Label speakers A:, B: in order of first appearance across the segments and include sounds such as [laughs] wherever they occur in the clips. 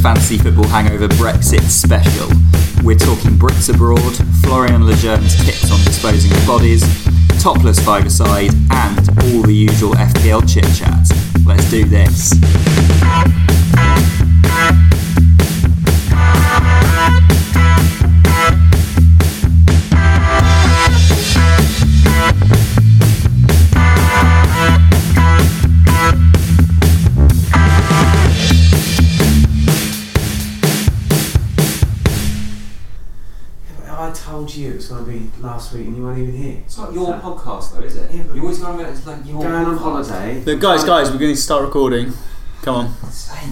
A: Fantasy Football Hangover Brexit Special. We're talking Brits abroad, Florian Lejerne's tips on disposing of bodies, topless five-a-side, and all the usual FPL chit chat. Let's do this.
B: I told you it was going to be last week and you weren't even here.
A: It's not your podcast though, is it?
B: Yeah, but-
A: you always go on about it's like your
B: Going on
A: podcast.
B: holiday.
C: The guys, guys, we're going to start recording. Come on.
A: For sake.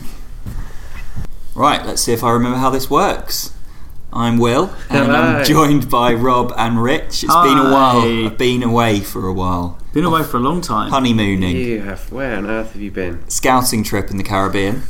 A: Right, let's see if I remember how this works. I'm Will, and
C: Hello.
A: I'm joined by Rob and Rich. It's been a
C: Hi.
A: while. I've been away for a while.
C: Been away for a long time.
A: Honeymooning.
B: You have. Where on earth have you been?
A: scouting trip in the Caribbean.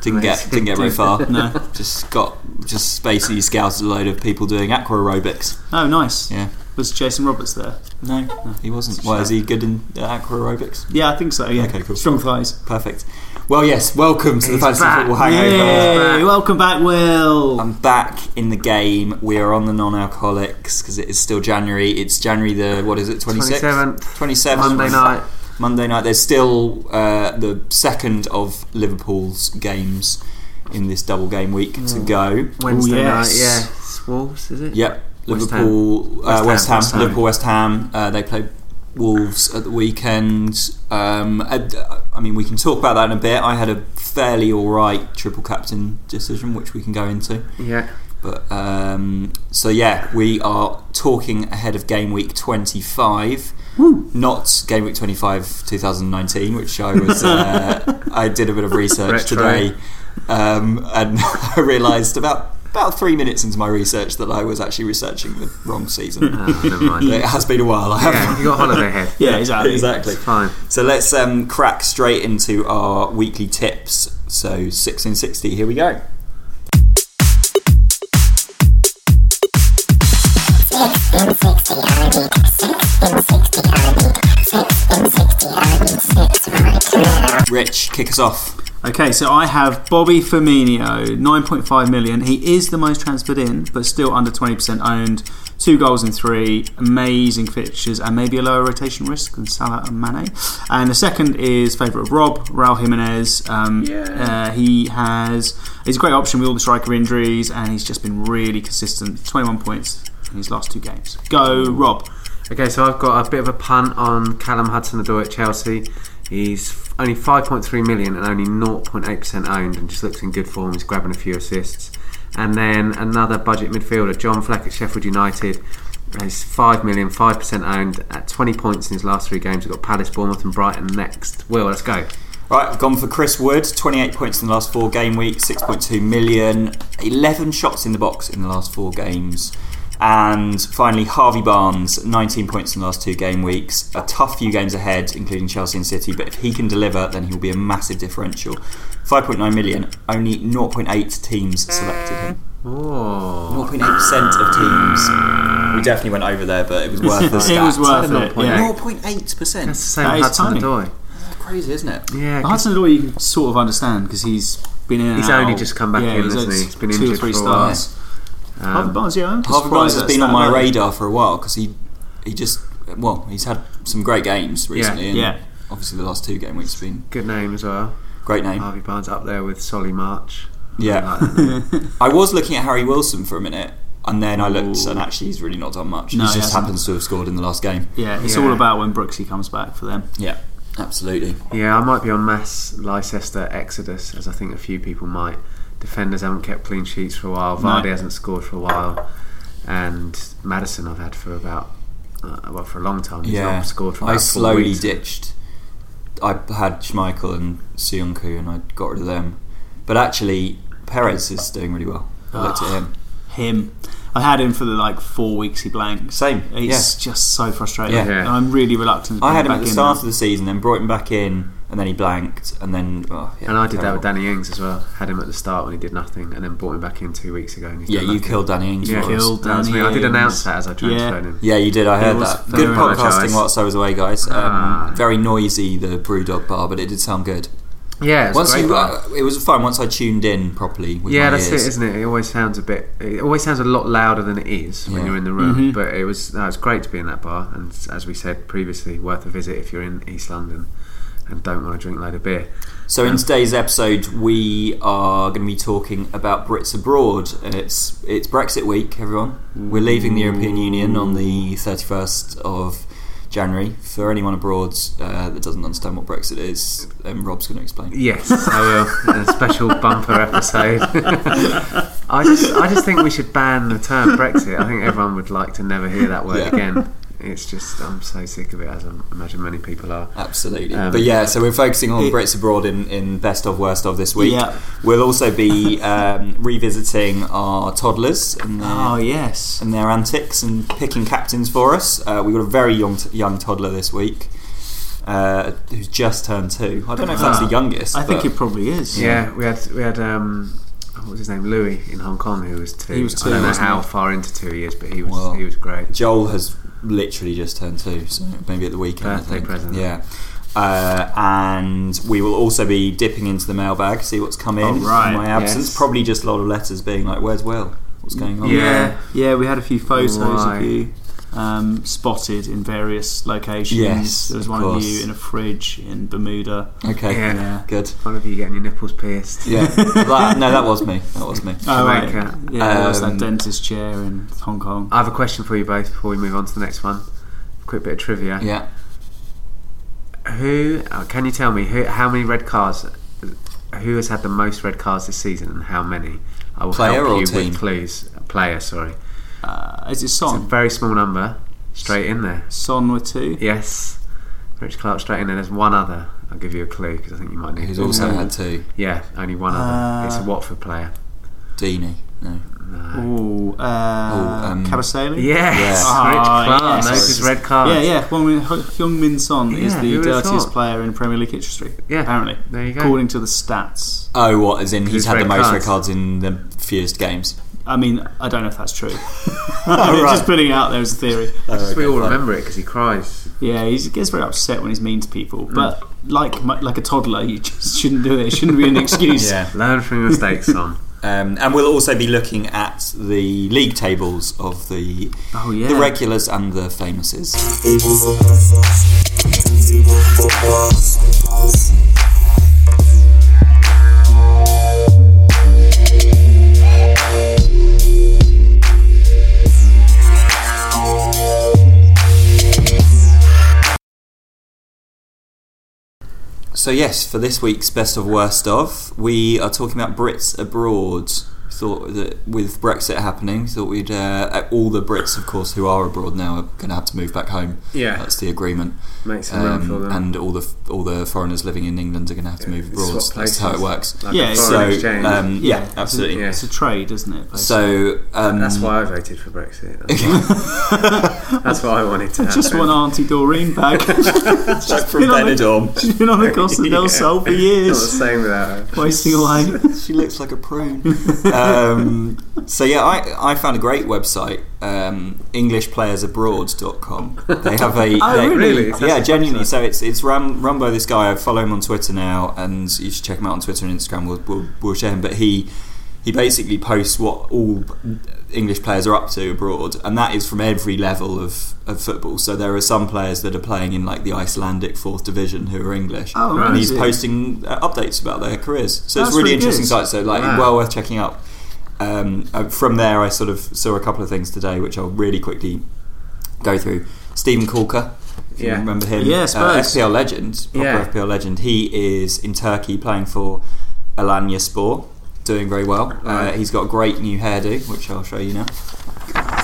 A: Didn't get didn't get very
B: [laughs]
A: far.
C: No.
A: Just got just basically scouted a load of people doing aqua aerobics.
C: Oh, nice.
A: Yeah.
C: Was Jason Roberts there?
A: No, he wasn't. Well, is he good in uh, aqua aerobics?
C: Yeah, I think so. Yeah.
A: Okay, cool.
C: Strong thighs.
A: Perfect. Well, yes. Welcome to the
B: He's
A: Fantasy
B: back.
A: Football Hangover.
C: Yay! Welcome back, Will.
A: I'm back in the game. We are on the non-alcoholics because it is still January. It's January the what is it? 26th?
B: 27th.
A: 27th.
B: Monday night.
A: Monday night. There's still uh, the second of Liverpool's games in this double game week to go.
B: Mm. Wednesday
C: yes.
B: night. Yeah. It's Wolves, is it?
A: Yep,
B: West Ham.
A: Liverpool,
B: West
A: uh,
B: Ham,
A: West Ham,
B: West Ham.
A: Liverpool, West Ham. Uh, they play Wolves at the weekend. Um, I, I mean, we can talk about that in a bit. I had a fairly all right triple captain decision, which we can go into.
B: Yeah.
A: But um, so yeah, we are talking ahead of game week 25. [laughs] Not game week 25 2019, which I was uh, I did a bit of research
B: Retro.
A: today, um, and [laughs] I realised about about three minutes into my research that I was actually researching the wrong
C: [laughs]
A: season.
C: Ah.
B: Oh, never
A: [laughs]
B: mind.
A: it has been a while. I
B: yeah,
A: haven't.
B: you got
A: [laughs]
B: holiday head.
C: yeah, exactly.
A: exactly.
B: It's fine.
A: So let's um, crack straight into our weekly tips. So six and sixty. Here we go. Rich, kick us off.
C: Okay, so I have Bobby Firmino, 9.5 million. He is the most transferred in, but still under 20% owned. Two goals in three, amazing fixtures, and maybe a lower rotation risk than Salah and Mane. And the second is favourite of Rob, Raul Jimenez. Um, uh, he has he's a great option with all the striker injuries, and he's just been really consistent. 21 points in his last two games. Go, Rob.
B: Okay, so I've got a bit of a punt on Callum Hudson-Odoi at Chelsea. He's f- only 5.3 million and only 0.8% owned, and just looks in good form. He's grabbing a few assists. And then another budget midfielder, John Fleck at Sheffield United. He's 5 million, 5% owned at 20 points in his last three games. We've got Palace, Bournemouth, and Brighton next. Will, let's go.
A: Right, I've gone for Chris Wood, 28 points in the last four game weeks, 6.2 million, 11 shots in the box in the last four games. And finally, Harvey Barnes, 19 points in the last two game weeks. A tough few games ahead, including Chelsea and City, but if he can deliver, then he'll be a massive differential. 5.9 million, only 0.8 teams selected him.
B: Oh,
A: 0.8% of teams. We definitely went over there, but it was worth the
C: [laughs] It
A: stat.
C: was worth
B: Not
C: it.
B: point
C: Yeah.
B: eight.
A: 0.8%.
B: that's the
A: That's
B: same
C: That
B: with
C: is tiny.
B: Hudson-Odoi.
A: crazy, isn't it?
B: Yeah, 'cause
C: Hudson Odoi you can sort of understand because he's been in. And
B: He's
C: out.
B: only just come back in,
C: he's
B: hasn't
C: had
B: he? He's been
C: two
B: injured
C: or three
B: for a while.
C: starts.
B: um,
C: Harvey Barnes, yeah. I'm
A: Harvey
C: surprised
A: Barnes has
C: that's
A: been on
C: that
A: my
C: low.
A: radar for a while because he he just well he's had some great games recently. and
C: yeah.
A: Obviously, the last two game weeks have been
B: good name as well.
A: great name.
B: Harvey Barnes up there with Solly March.
A: yeah, I was looking at Harry Wilson for a minute, and then I looked, and actually, he's really not done much.
C: No,
A: he
C: he
A: just
C: hasn't.
A: happens to have scored in the last game.
C: [laughs] Yeah, it's
B: Yeah.
C: all about when Brooksy comes back for them.
A: Yeah, absolutely.
B: Yeah, I might be on Mass Leicester Exodus, as I think a few people might. Defenders haven't kept clean sheets for a while. Vardy hasn't scored for a while, and Madison I've had for about uh, well for a long time. He's
A: yeah,
B: not scored for about
A: I
B: four
A: slowly
B: weeks.
A: ditched. I had Schmeichel and Sionku, and I got rid of them. But actually, Perez is doing really well. I looked at him.
C: Him, I had him for the like four weeks he blanks.
A: Same.
C: It's just so frustrating.
A: Yeah.
B: Yeah.
C: And I'm really reluctant. To
A: I
C: bring
A: had him
C: back
A: at the
C: in
A: start
C: now.
A: of the season, then brought him back in, and then he blanked, and then. Oh, yeah,
B: And I did that with
A: terrible.
B: Danny Ings as well. Had him at the start when he did nothing, and then brought him back in two weeks ago. And he's
A: Yeah,
B: done
A: you
B: nothing.
A: killed Danny Ings.
B: Yeah,
A: for us.
C: killed
B: that was me. I did
C: Danny
B: announce
C: Ings.
B: that as I transferred him.
A: Yeah, you did. I heard
C: It was
A: that. Good
C: very
A: podcasting
B: nice.
A: whilst I was away, guys. Um,
B: Ah.
A: Very noisy, the Brewdog bar, but it did sound good.
B: Yeah, it was
A: Once
B: a great
A: you,
B: bar.
A: uh, it was fun once I tuned in properly. With
B: yeah,
A: my
B: that's
A: ears.
B: it, isn't it? It always sounds a bit. It always sounds a lot louder than it is when
A: Yeah.
B: you're in the room.
C: Mhm.
B: But it was. No, it was great to be in that bar, and s- as we said previously, worth a visit if you're in East London and don't want to drink a load of beer. Um,
A: So in today's episode, we are going to be talking about Brits abroad. And It's it's Brexit week, everyone. We're leaving the European Union on the thirty first of January. For anyone abroad uh, that doesn't understand what Brexit is, um, Rob's going to explain.
B: Yes, I will. a special bumper episode. [laughs] I just, I just think we should ban the term Brexit. I think everyone would like to never hear that word
A: Yeah.
B: again. It's just, I'm so sick of it, as I imagine many people are.
A: Absolutely,
B: Um,
A: but yeah. So we're focusing on
C: It-
A: Brits abroad in, in best of worst of this week.
C: Yeah.
A: We'll also be um, revisiting our toddlers and their
C: Oh yes.
A: and their antics and picking captains for us. Uh, we got a very young t- young toddler this week uh, who's just turned two. I don't know if that's the
C: Ah,
A: youngest.
C: I think
A: but
C: it probably is.
B: Yeah, we had we had um, what was his name, Louis in Hong Kong, who was two.
C: He was two,
B: I don't know
C: wasn't
B: how
C: he?
B: far into two he is, but he was
A: Well,
B: he was great.
A: Joel has literally just turned two, so maybe at the weekend. I
B: Birthday
A: think.
B: present.
A: Yeah. Uh, and we will also be dipping into the mailbag, see what's come in
C: Oh, right,
A: in my absence.
B: yes.
A: Probably just a lot of letters being like, "Where's Will? What's going on?"
B: Yeah.
C: Yeah, yeah, we had a few photos
B: Right.
C: of you um, spotted in various locations.
A: Yes,
C: there was
A: of
C: one
A: course.
C: of you in a fridge in Bermuda.
A: Okay.
B: Yeah.
C: Yeah.
A: Good.
B: One of you getting your nipples pierced.
A: Yeah. that, no, that was me. That was me.
C: Oh, right.
B: Jamaica.
C: Yeah, there was
A: Um,
C: that dentist chair in Hong Kong.
B: I have a question for you both before we move on to the next one. Quick bit of trivia.
A: Yeah.
B: Who uh, can you tell me who, how many red cards? Who has had the most red cards this season, and how many? I will
A: Player
B: help
A: or
B: you
A: team?
B: with clues. Player, sorry.
C: Uh, is it
B: It's a
C: Son?
B: very small number. Straight in there.
C: Son with two.
B: Yes. Rich Clark straight in there. There's one other. I'll give you a clue because I think you might need.
A: Who's
B: to-
A: also
C: Yeah.
A: had two?
B: Yeah, only one
C: Uh,
B: other. It's a Watford
C: [laughs]
B: player.
A: Deeney. No.
B: No.
C: Ooh, uh,
A: um,
C: Cabaselli?
B: Yes,
A: Yeah.
B: Rich
C: Ah,
B: Clark.
C: yes.
B: Notice red card.
C: Yeah, yeah. One with Young Min Son is
B: Yeah,
C: the
B: who would've
C: dirtiest
B: thought?
C: player in Premier League history.
B: Yeah.
C: apparently,
B: There you go.
C: according to the stats.
A: Oh, what? As in he's
B: His
A: had the
B: red
A: most
B: cards.
A: red cards in the fewest games.
C: I mean, I don't know if
B: [laughs]
C: that's true. [laughs] I'm
A: right.
C: Just putting it out there as a theory.
B: we all remember it because he cries.
C: Yeah, he's- he gets very upset when he's mean to people.
A: Mm.
C: But like mu- like a toddler, you [laughs] just shouldn't do it. It shouldn't be an excuse.
A: Yeah,
B: Learn from your mistakes,
C: [laughs]
B: on.
A: um, and we'll also be looking at the league tables of the
C: Oh yeah.
A: the regulars and the famouses. So yes, for this week's best of worst of, we are talking about Brits abroad. Thought that with Brexit happening, thought we'd uh, all the Brits, of course, who are abroad now, are going to have to move back home.
B: Yeah.
A: That's the agreement.
B: Make some room for
A: Um,
B: them.
A: and all the all the foreigners living in England are going to have to move abroad.
B: Swap
A: That's how it
B: places.
A: works.
B: Like
C: Yeah,
B: a
C: so,
B: foreign
A: So
B: exchange.
A: um,
C: Yeah,
A: yeah,
C: it's a-
A: absolutely.
B: yeah.
C: It's a trade, isn't it? basically?
A: So um,
B: That's why I voted for
C: [laughs]
B: Brexit. That's, that's what I wanted to
C: I
B: happen.
C: [laughs] just want Auntie Doreen
B: [laughs]
C: back.
A: Chuck from
C: been on the-
A: Benidorm.
C: She's been on the Costa
B: Yeah.
C: del Sol for
B: Not the
C: years,
B: same without her. [laughs]
C: wasting away.
A: [laughs] she looks like a prune. Um, so yeah, I, I found a great website, um, EnglishPlayersAbroad.com. They have a
C: [laughs] Oh,
A: they-
C: really?
B: Really?
A: yeah,
B: That's a
A: genuinely.
B: website.
A: So it's it's Ram, Rambo, this guy. I follow him on Twitter now, and you should check him out on Twitter and Instagram. We'll, we'll, we'll share him. But he he basically posts what all English players are up to abroad, and that is from every level of, of football. So there are some players that are playing in like the Icelandic fourth division who are English,
C: Oh,
A: and he's
C: amazing.
A: posting uh, updates about their careers. So it's
C: That's
A: really,
C: really
A: interesting
C: good.
A: site. So like
B: Wow.
A: well worth checking out. Um, uh, from there, I sort of saw a couple of things today, which I'll really quickly go through. Stephen Corker, if you
B: Yeah.
A: remember him,
C: Yeah,
A: uh,
C: Spurs.
A: FPL legend, proper
B: Yeah.
A: FPL legend. He is in Turkey playing for Alanya Spor, doing very well. Uh,
B: Right.
A: he's got a great new hairdo, which I'll show you now.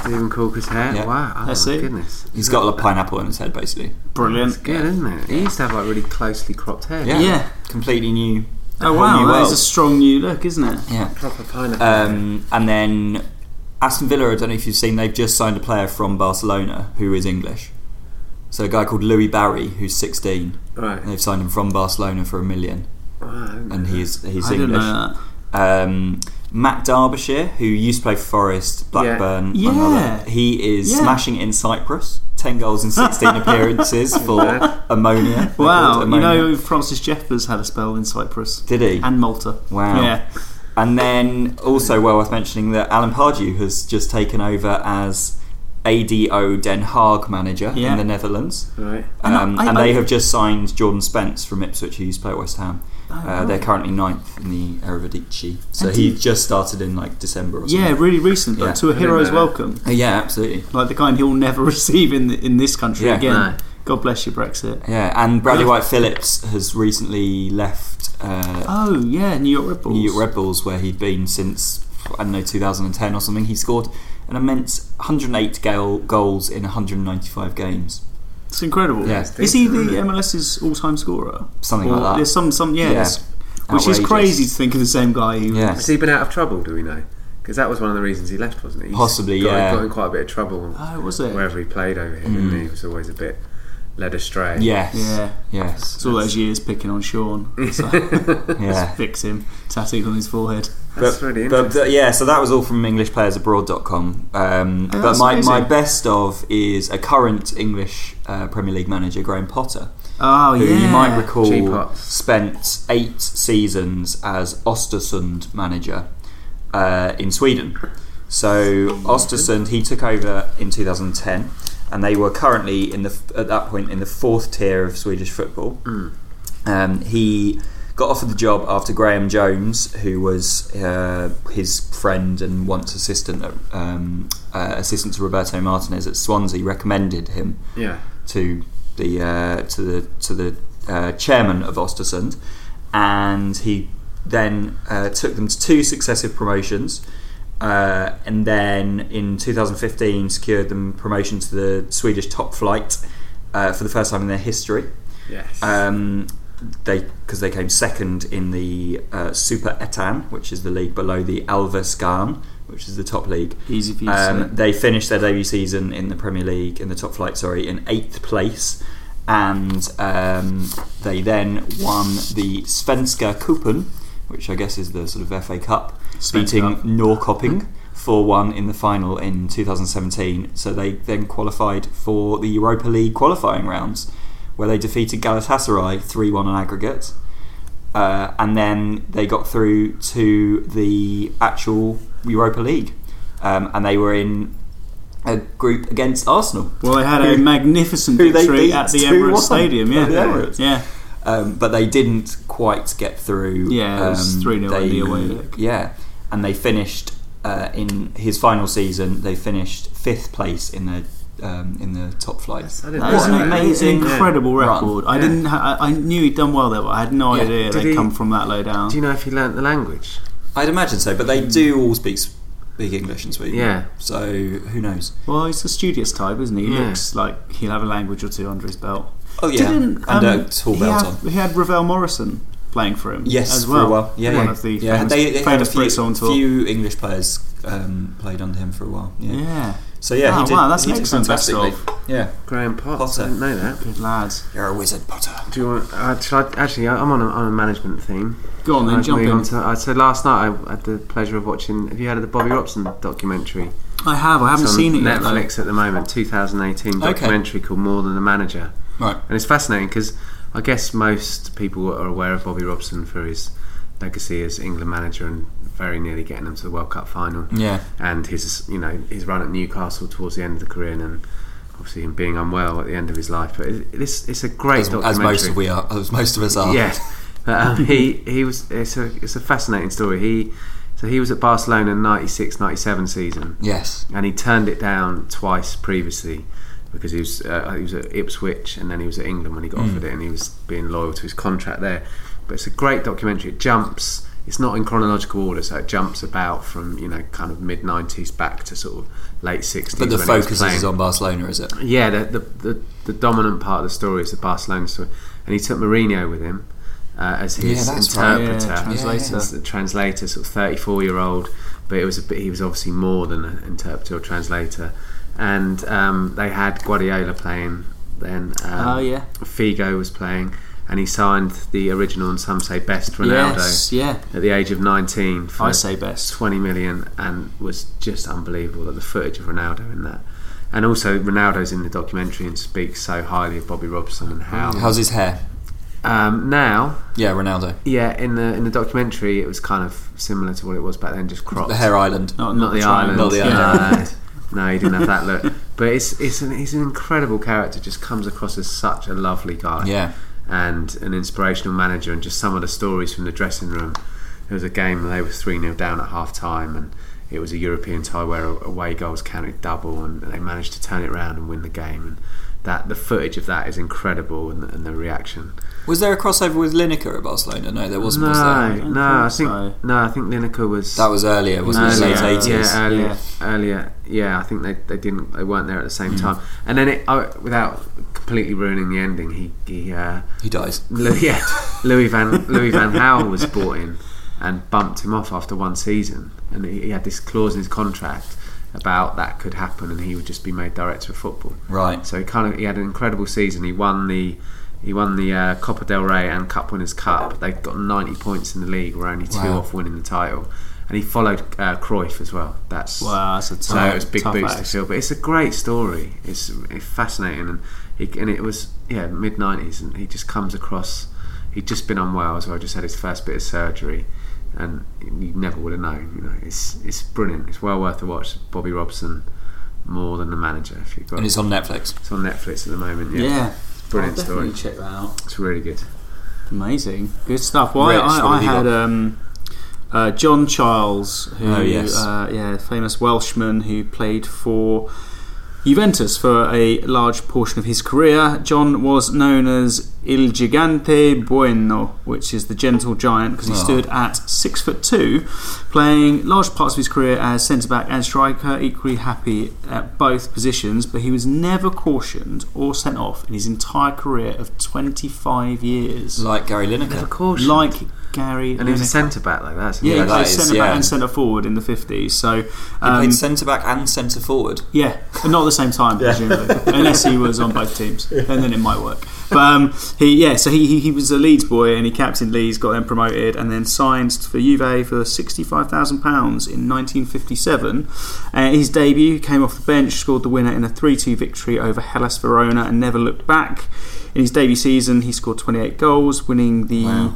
B: Stephen Corker's hair.
A: Yeah.
B: Wow. Oh,
C: That's
B: my
C: it.
B: goodness.
A: He's got a little pineapple on his head, basically.
C: Brilliant.
B: It's good, isn't it? He used to have like really closely cropped hair.
A: Yeah.
C: Yeah.
A: Completely new.
C: Oh
A: whole new
C: wow, that
A: world.
C: is a strong new look, isn't it?
A: Yeah.
B: Proper pineapple.
A: Um, and then Aston Villa, I don't know if you've seen, they've just signed a player from Barcelona who is English. So a guy called Louis Barry, who's 16,
B: right.
A: and they've signed him from Barcelona for a million,
B: Wow, I didn't know
A: and he's he's
C: I didn't
A: English.
C: know that.
A: um, Matt Derbyshire, who used to play for Forest, Blackburn,
C: Yeah.
A: among
C: Yeah.
A: other- He is
C: Yeah.
A: smashing it in Cyprus. 10 goals in
C: [laughs]
A: 16 appearances for Ammonia. They're
C: Wow,
A: called
C: you
A: Ammonia.
C: know Francis Jeffers had a spell in Cyprus
A: Did he?
C: and Malta.
A: Wow.
C: Yeah.
A: And then also well worth mentioning that Alan Pardew has just taken over as ADO Den Haag manager
C: Yeah.
A: in the Netherlands.
B: Right.
C: And
A: Um, and,
C: I- I-
A: they have just signed Jordan Spence from Ipswich, who used to play at West Ham.
C: Oh,
A: Uh, they're
C: right.
A: currently ninth in the Eredivisie, so
C: And
A: he
C: do-
A: just started in like December or something.
C: Yeah, really recent, but
A: Yeah.
C: to a
B: I didn't know
C: hero's
B: that.
C: welcome.
A: Uh, yeah, absolutely.
C: Like the kind he'll never [laughs] receive in the, in this country
A: Yeah.
C: again.
B: No.
C: God bless you, Brexit.
A: Yeah, and Bradley
C: Good.
A: White Phillips has recently left uh,
C: Oh yeah, New York Red Bulls.
A: New York Red Bulls, where he'd been since I don't know 2010 or something. He scored an immense 108 goal- goals in 195 games.
C: It's incredible.
A: Yeah.
C: Is he the
B: Decent, isn't it?
C: MLS's all-time scorer?
A: Something
C: Or
A: like that.
C: There's some some yeah,
A: Yeah.
C: there's- which is
A: Outrageous.
C: crazy to think of the same guy who
A: Yeah.
B: Has he been out of trouble? Do we know? Because that was one of the reasons he left, wasn't it? He's
A: Possibly,
B: got,
A: yeah.
B: Got in quite a bit of trouble
C: Oh, was it?
B: wherever he played over here. didn't he? he was always a bit led astray.
A: Yes.
C: Yeah.
A: Yes.
C: It's all those years picking
A: [laughs]
C: on Sean. So [laughs]
A: Yeah.
C: victim tattooed on his forehead.
B: That's really
A: But,
B: interesting.
A: but yeah, so that was all from EnglishPlayersAbroad.com. Um,
C: Oh,
A: but
C: that's
A: my, my
C: amazing.
A: best of is a current English uh, Premier League manager, Graham Potter,
C: Oh
A: who
C: yeah.
A: you might recall
B: G-Pots.
A: spent eight seasons as Ostersund manager uh, in Sweden. So Ostersund, he took over in 2010, and they were currently in the at that point in the fourth tier of Swedish football.
B: Mm.
A: Um, he got offered the job after Graham Jones, who was uh, his friend and once assistant um, uh, assistant to Roberto Martinez at Swansea, recommended him
B: yeah.
A: to the uh, to the to the uh, chairman of Ostersund, and he then uh, took them to two successive promotions, uh, and then in 2015 secured them promotion to the Swedish top flight uh, for the first time in their history.
B: Yes.
A: Um, they because they came second in the uh, Super Etan, which is the league below the Alveskan, which is the top league.
C: Easy for you to
A: Um,
C: say.
A: they finished their debut season in the Premier League in the top flight, sorry, in eighth place, and um, they then won the Svenska Cupen, which I guess is the sort of FA Cup,
C: Svenska.
A: beating um, Norrköping four one in the final in 2017. So they then qualified for the Europa League qualifying rounds, where they defeated Galatasaray three one on aggregate. Uh, and then they got through to the actual Europa League, um, and they were in a group against Arsenal.
C: Well, they had a
A: Who-
C: magnificent
A: [laughs] who they
C: victory
A: beat
C: at the
A: 2-1
C: Emirates Stadium. Yeah,
A: at the Emirates.
C: yeah.
A: Um, but they didn't quite get through.
C: Yeah, it was
A: um,
C: 3-0
A: they-
C: in the away leg.
A: Yeah, and they finished uh, in his final season. They finished fifth place in the um, in the top flight.
B: That's- I didn't
C: That
B: know
C: is an
A: What an
C: amazing,
A: amazing
C: incredible
A: run.
C: record. I
B: Yeah.
C: didn't. Ha- I I knew he'd done well there, but I had no
A: Yeah.
C: idea
B: Did
C: they'd
B: he-
C: come from that low down.
B: Do you know if he learnt the language?
A: I'd imagine so, but
C: Mm.
A: they do all speak speak English in Sweden.
B: Yeah.
A: So who knows?
C: Well, he's a studious type, isn't he? He
B: Yeah.
C: looks like he'll have a language or two under his belt.
A: Oh yeah,
C: Didn't,
A: and
C: um,
A: a tall
C: he
A: belt
C: had,
A: on.
C: He had Ravel Morrison playing for him.
A: Yes,
C: as
A: for a
C: well.
A: while. Yeah,
C: one
B: yeah.
C: of the
A: Yeah,
C: famous,
A: they, they had a
C: famous
A: few,
C: Brits on tour.
A: few English players um, played under him for a while. Yeah.
C: Yeah, Ah,
A: So yeah,
C: Wow,
A: he did,
C: wow, that's
A: he
C: an
A: did
C: excellent best
A: fantastically. Yeah,
B: Graham Potts. I
A: Potter.
B: didn't know that.
C: good lads.
A: you're a wizard, Potter.
B: Do you want? Uh, should I, actually, I- I'm on a, on a management theme.
C: Go on then,
B: I'd
C: jump
B: move
C: in.
B: on to- I so last night I had the pleasure of watching. Have you heard of the Bobby Robson documentary?
C: I have. Oh, I haven't
B: It's on
C: seen it yet. though.
B: Netflix at the moment, 2018
A: Okay.
B: documentary called More Than a Manager,
A: Right.
B: and it's fascinating because I guess most people are aware of Bobby Robson for his legacy as England manager and very nearly getting them to the World Cup final
A: Yeah.
B: and his you know his run at Newcastle towards the end of the career, and then obviously him being unwell at the end of his life. But it, it's it's a great
A: As, as
B: documentary.
A: most of we are, as most of us are.
B: Yeah, But, um, he he was. It's a it's a fascinating story. He so he was at Barcelona 96-97 season,
A: Yes.
B: and he turned it down twice previously because he was uh, he was at Ipswich and then he was at England when he got
A: Hmm.
B: offered it, and he was being loyal to his contract there. But it's a great documentary. It jumps. It's not in chronological order, so it jumps about from you know kind of mid nineties back to sort of late sixties.
A: But the focus is on Barcelona, is it?
B: Yeah, the, the, the, the dominant part of the story is the Barcelona story. And he took Mourinho with him uh, as his
A: Yeah, that's right.
B: interpreter,
C: Yeah, translator.
B: As the translator, sort of 34 year old, but it was a bit, he was obviously more than an interpreter or translator. And um, they had Guardiola playing then. Um,
C: Oh, yeah.
B: Figo was playing. and he signed the original and some say best Ronaldo
C: Yes, yeah.
B: at the age of 19 for
C: I say best.
B: 20 million and was just unbelievable that the footage of Ronaldo in that. And also, Ronaldo's in the documentary and speaks so highly of Bobby Robson and how.
A: Mm, How's his hair?
B: Um, now,
A: Yeah, Ronaldo.
B: yeah, in the in the documentary, it was kind of similar to what it was back then, just cropped.
A: The hair island.
C: Not,
B: not the island.
A: Not the
B: no.
A: island.
B: [laughs] No, he didn't have that look. But it's it's an, he's an incredible character. Just comes across as such a lovely guy.
A: Yeah.
B: and an inspirational manager and just some of the stories from the dressing room. There was a game where they were 3 0 down at half time and it was a European tie where away goals counted double and they managed to turn it around and win the game. And that the footage of that is incredible and, and the reaction.
A: Was there a crossover with Lineker at Barcelona? No, there wasn't.
B: no,
A: Was there?
C: don't
B: no, I think
C: think so.
B: no, I think Lineker was
A: That was earlier, wasn't it?
B: earlier,
A: Late eighties.
B: Yeah, earlier,
C: Yeah.
B: earlier. Yeah, I think they, they didn't they weren't there at the same
A: Hmm.
B: time. And then it I, without completely ruining the ending, he he uh,
A: He dies.
B: Lou- yeah, Louis Van Louis Van Gaal was brought in and bumped him off after one season, and he, he had this clause in his contract about that could happen, and he would just be made director of football.
A: Right.
B: So he kind of he had an incredible season. He won the he won the uh, Copa del Rey and Cup Winners' Cup. They got 90 points in the league. Were only two
A: Wow.
B: off winning the title, and he followed uh, Cruyff as well. That's
C: [laughs] Wow, that's a tough,
B: so it was big
C: Ah, tough
B: boots
C: act.
B: to feel, but it's a great story. It's fascinating, and he, and it was yeah mid nineties, and he just comes across. He'd just been unwell, so I just had his first bit of surgery, and you never would have known. You know, it's it's brilliant. It's well worth a watch. Bobby Robson, more than the manager. If you've got
A: And it's on Netflix.
B: it's on Netflix at the moment. Yeah,
C: Yeah.
B: brilliant
C: I'll definitely
B: story.
C: check that out.
B: It's really good.
C: Amazing, good stuff. Well, I-
A: Rich, what
C: I, I
A: have you
C: had
A: got?
C: um, uh, John Charles, who
A: Oh, yes.
C: uh, yeah, famous Welshman who played for Juventus for a large portion of his career. John was known as Il Gigante Bueno, which is the gentle giant, because he
A: Oh.
C: stood at six foot two, playing large parts of his career as centre back and striker, equally happy at both positions. But he was never cautioned or sent off in his entire career of twenty five years
A: Like Gary
B: Of
A: Lineker.
B: course,
C: like Gary.
B: and he's a
C: Lineker.
B: centre back like that.
C: Yeah, he
A: that
C: played
A: is,
C: centre
A: yeah.
C: back and centre forward in the fifties. So
A: He
C: um,
A: played centre back and centre forward.
C: yeah, but not at the same time, presumably, unless he was on both
A: [laughs]
C: teams, and then it might work. But um, he, yeah, so he, he he was a Leeds boy, and he captained Leeds, got them promoted, and then signed for Juve for sixty five thousand pounds in nineteen fifty seven. Uh, his debut came off the bench, scored the winner in a three two victory over Hellas Verona, and never looked back. In his debut season, he scored twenty eight goals, winning the
A: Wow.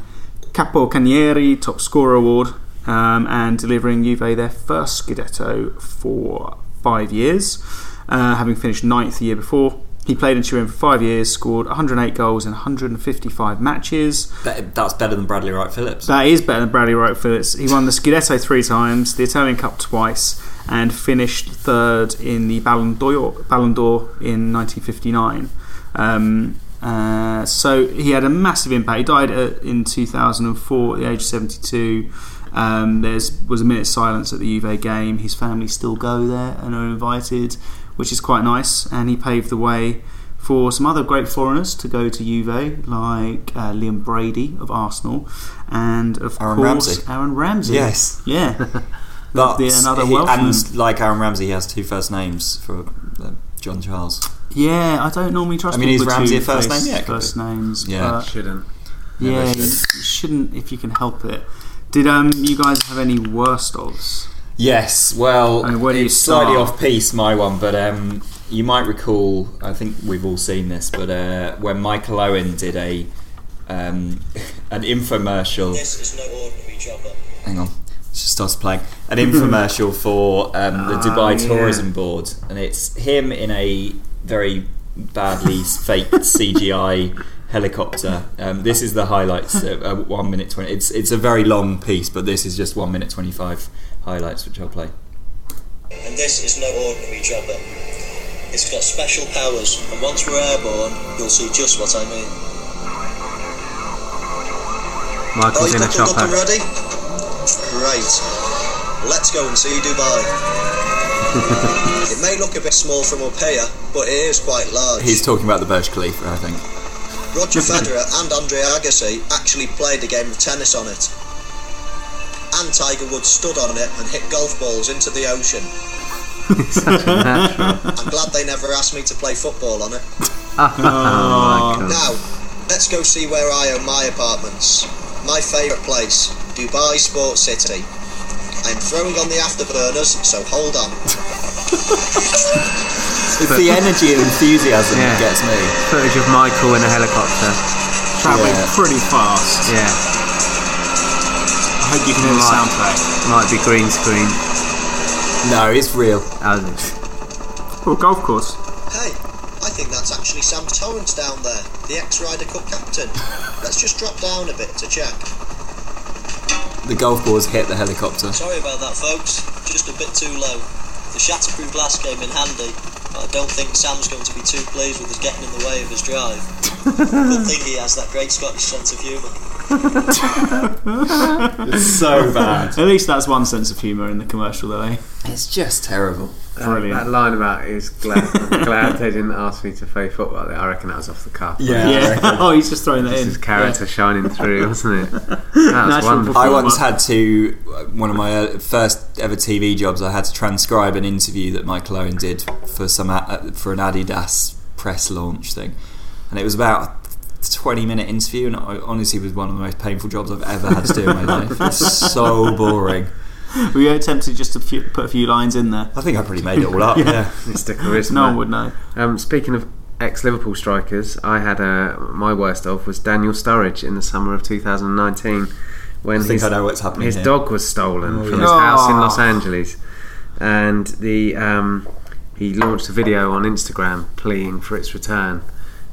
C: Capo Canieri Top Scorer Award um, and delivering Juve their first Scudetto for five years, uh, having finished ninth the year before. He played in Turin for five years, scored 108 goals in 155 matches.
A: Be- That's better than Bradley Wright Phillips.
C: That is better than Bradley Wright Phillips. He won the Scudetto three times, the Italian Cup twice, and finished third in the Ballon d'Or, Ballon d'Or in 1959. Um, uh, so he had a massive impact. He died at, in 2004 at the age of 72. Um, there was a minute's silence at the Juve game. His family still go there and are invited, which is quite nice. And he paved the way for some other great foreigners to go to Juve, like uh, Liam Brady of Arsenal, and of
A: Aaron
C: course
A: Ramsey.
C: Aaron Ramsey.
A: Yes.
C: yeah,
A: But
C: the- another
A: he,
C: Welshman.
A: and like Aaron Ramsey, he has two first names for uh, John Charles.
C: yeah. I don't normally trust.
A: I mean, is
C: people
A: Ramsey
C: to
A: a first
C: place
A: name? Yeah, it could
C: first names.
A: Yeah.
C: but-
B: Shouldn't.
A: Yeah,
C: yeah.
A: they
C: You
A: should.
C: you shouldn't if you can help it. Did um you guys have any worst ofs?
A: Yes, well,
C: I mean, where do you
A: it's slightly
C: start?
A: off piece, my one, but um, you might recall, I think we've all seen this, but uh, when Michael Owen did a um, [laughs] an infomercial.
D: This is no ordinary jobber.
A: Hang on, it just starts playing. An infomercial for um, the
B: Ah,
A: Dubai
B: yeah.
A: Tourism Board, and it's him in a very badly [laughs] fake CGI helicopter. Um, this is the highlights. Uh, uh, one minute twenty. It's it's a very long piece, but this is just one minute twenty five highlights, which I'll play.
D: And this is no ordinary jobber. It's got special powers, and once we're airborne, you'll see just what I mean. Oh,
B: Michael's in a
D: buckled up and
B: chopper.
D: ready? Great. Let's go and see
B: [laughs]
D: Dubai. it may look a bit small from up here, but it is quite large.
A: He's talking about the Burj Khalifa, I think.
B: [laughs]
D: Roger Federer and Andre Agassi actually played a game of tennis on it. And Tiger Woods stood on it and hit golf balls into the
B: [laughs]
D: ocean. I'm glad they never asked me to play football on it.
B: Oh, my God.
D: Now, Let's go see where I own my apartments. My favourite place, Dubai Sports City. I'm throwing on the afterburners, so hold on.
A: It's the energy and enthusiasm that
B: Yeah.
A: gets me.
B: Footage of Michael in a helicopter.
C: Traveling
A: Yeah.
C: pretty fast.
B: Yeah,
C: I hope you can hear the
B: Right.
C: soundtrack.
B: might be green screen.
A: No, it's real.
B: Oh, it's-
C: Oh, golf course.
D: Hey, I think that's actually Sam Torrance down there, the ex Ryder Cup captain. Let's just drop down a bit to check.
A: The golf balls hit the helicopter.
D: Sorry about that, folks. Just a bit too low. The shatterproof glass came in handy, but I don't think Sam's going to be too pleased with us getting in the way of his drive. Good thing he has that great Scottish sense of humour.
A: so bad.
C: At least that's one sense of humour in the commercial, though. Eh?
A: It's just terrible.
C: Brilliant.
B: That line about is [laughs] glad, I'm glad they didn't ask me to play football. I reckon that was off the cuff.
A: Yeah.
C: Yeah. [laughs] oh, he's just throwing that
B: This
C: in.
B: is character shining through, wasn't
A: [laughs]
B: it? That was
C: Natural
B: wonderful.
A: I
C: Well,
A: once
C: my-
A: had to one of my uh, first ever TV jobs. I had to transcribe an interview that Michael Owen did for some a- uh, for an Adidas press launch thing, and it was about a twenty-minute interview, and I honestly it was one of the most painful jobs I've ever had to do in [laughs] my life. It's so
C: [laughs]
A: boring.
C: Yeah. Were you tempted just to few, put a few lines in there?
A: I think I probably made it all up.
C: [laughs] Yeah.
A: yeah.
B: Mr. Charisma.
C: No one would know.
B: Um, speaking of ex-Liverpool strikers, I had a my worst of was Daniel Sturridge in the summer of 2019 when
A: I think
B: his,
A: I know what's happening.
B: his
A: here.
B: dog was stolen
A: Oh,
B: from
A: yeah.
B: his house in
C: Oh.
B: Los Angeles, and the um, he launched a video on Instagram pleading for its return.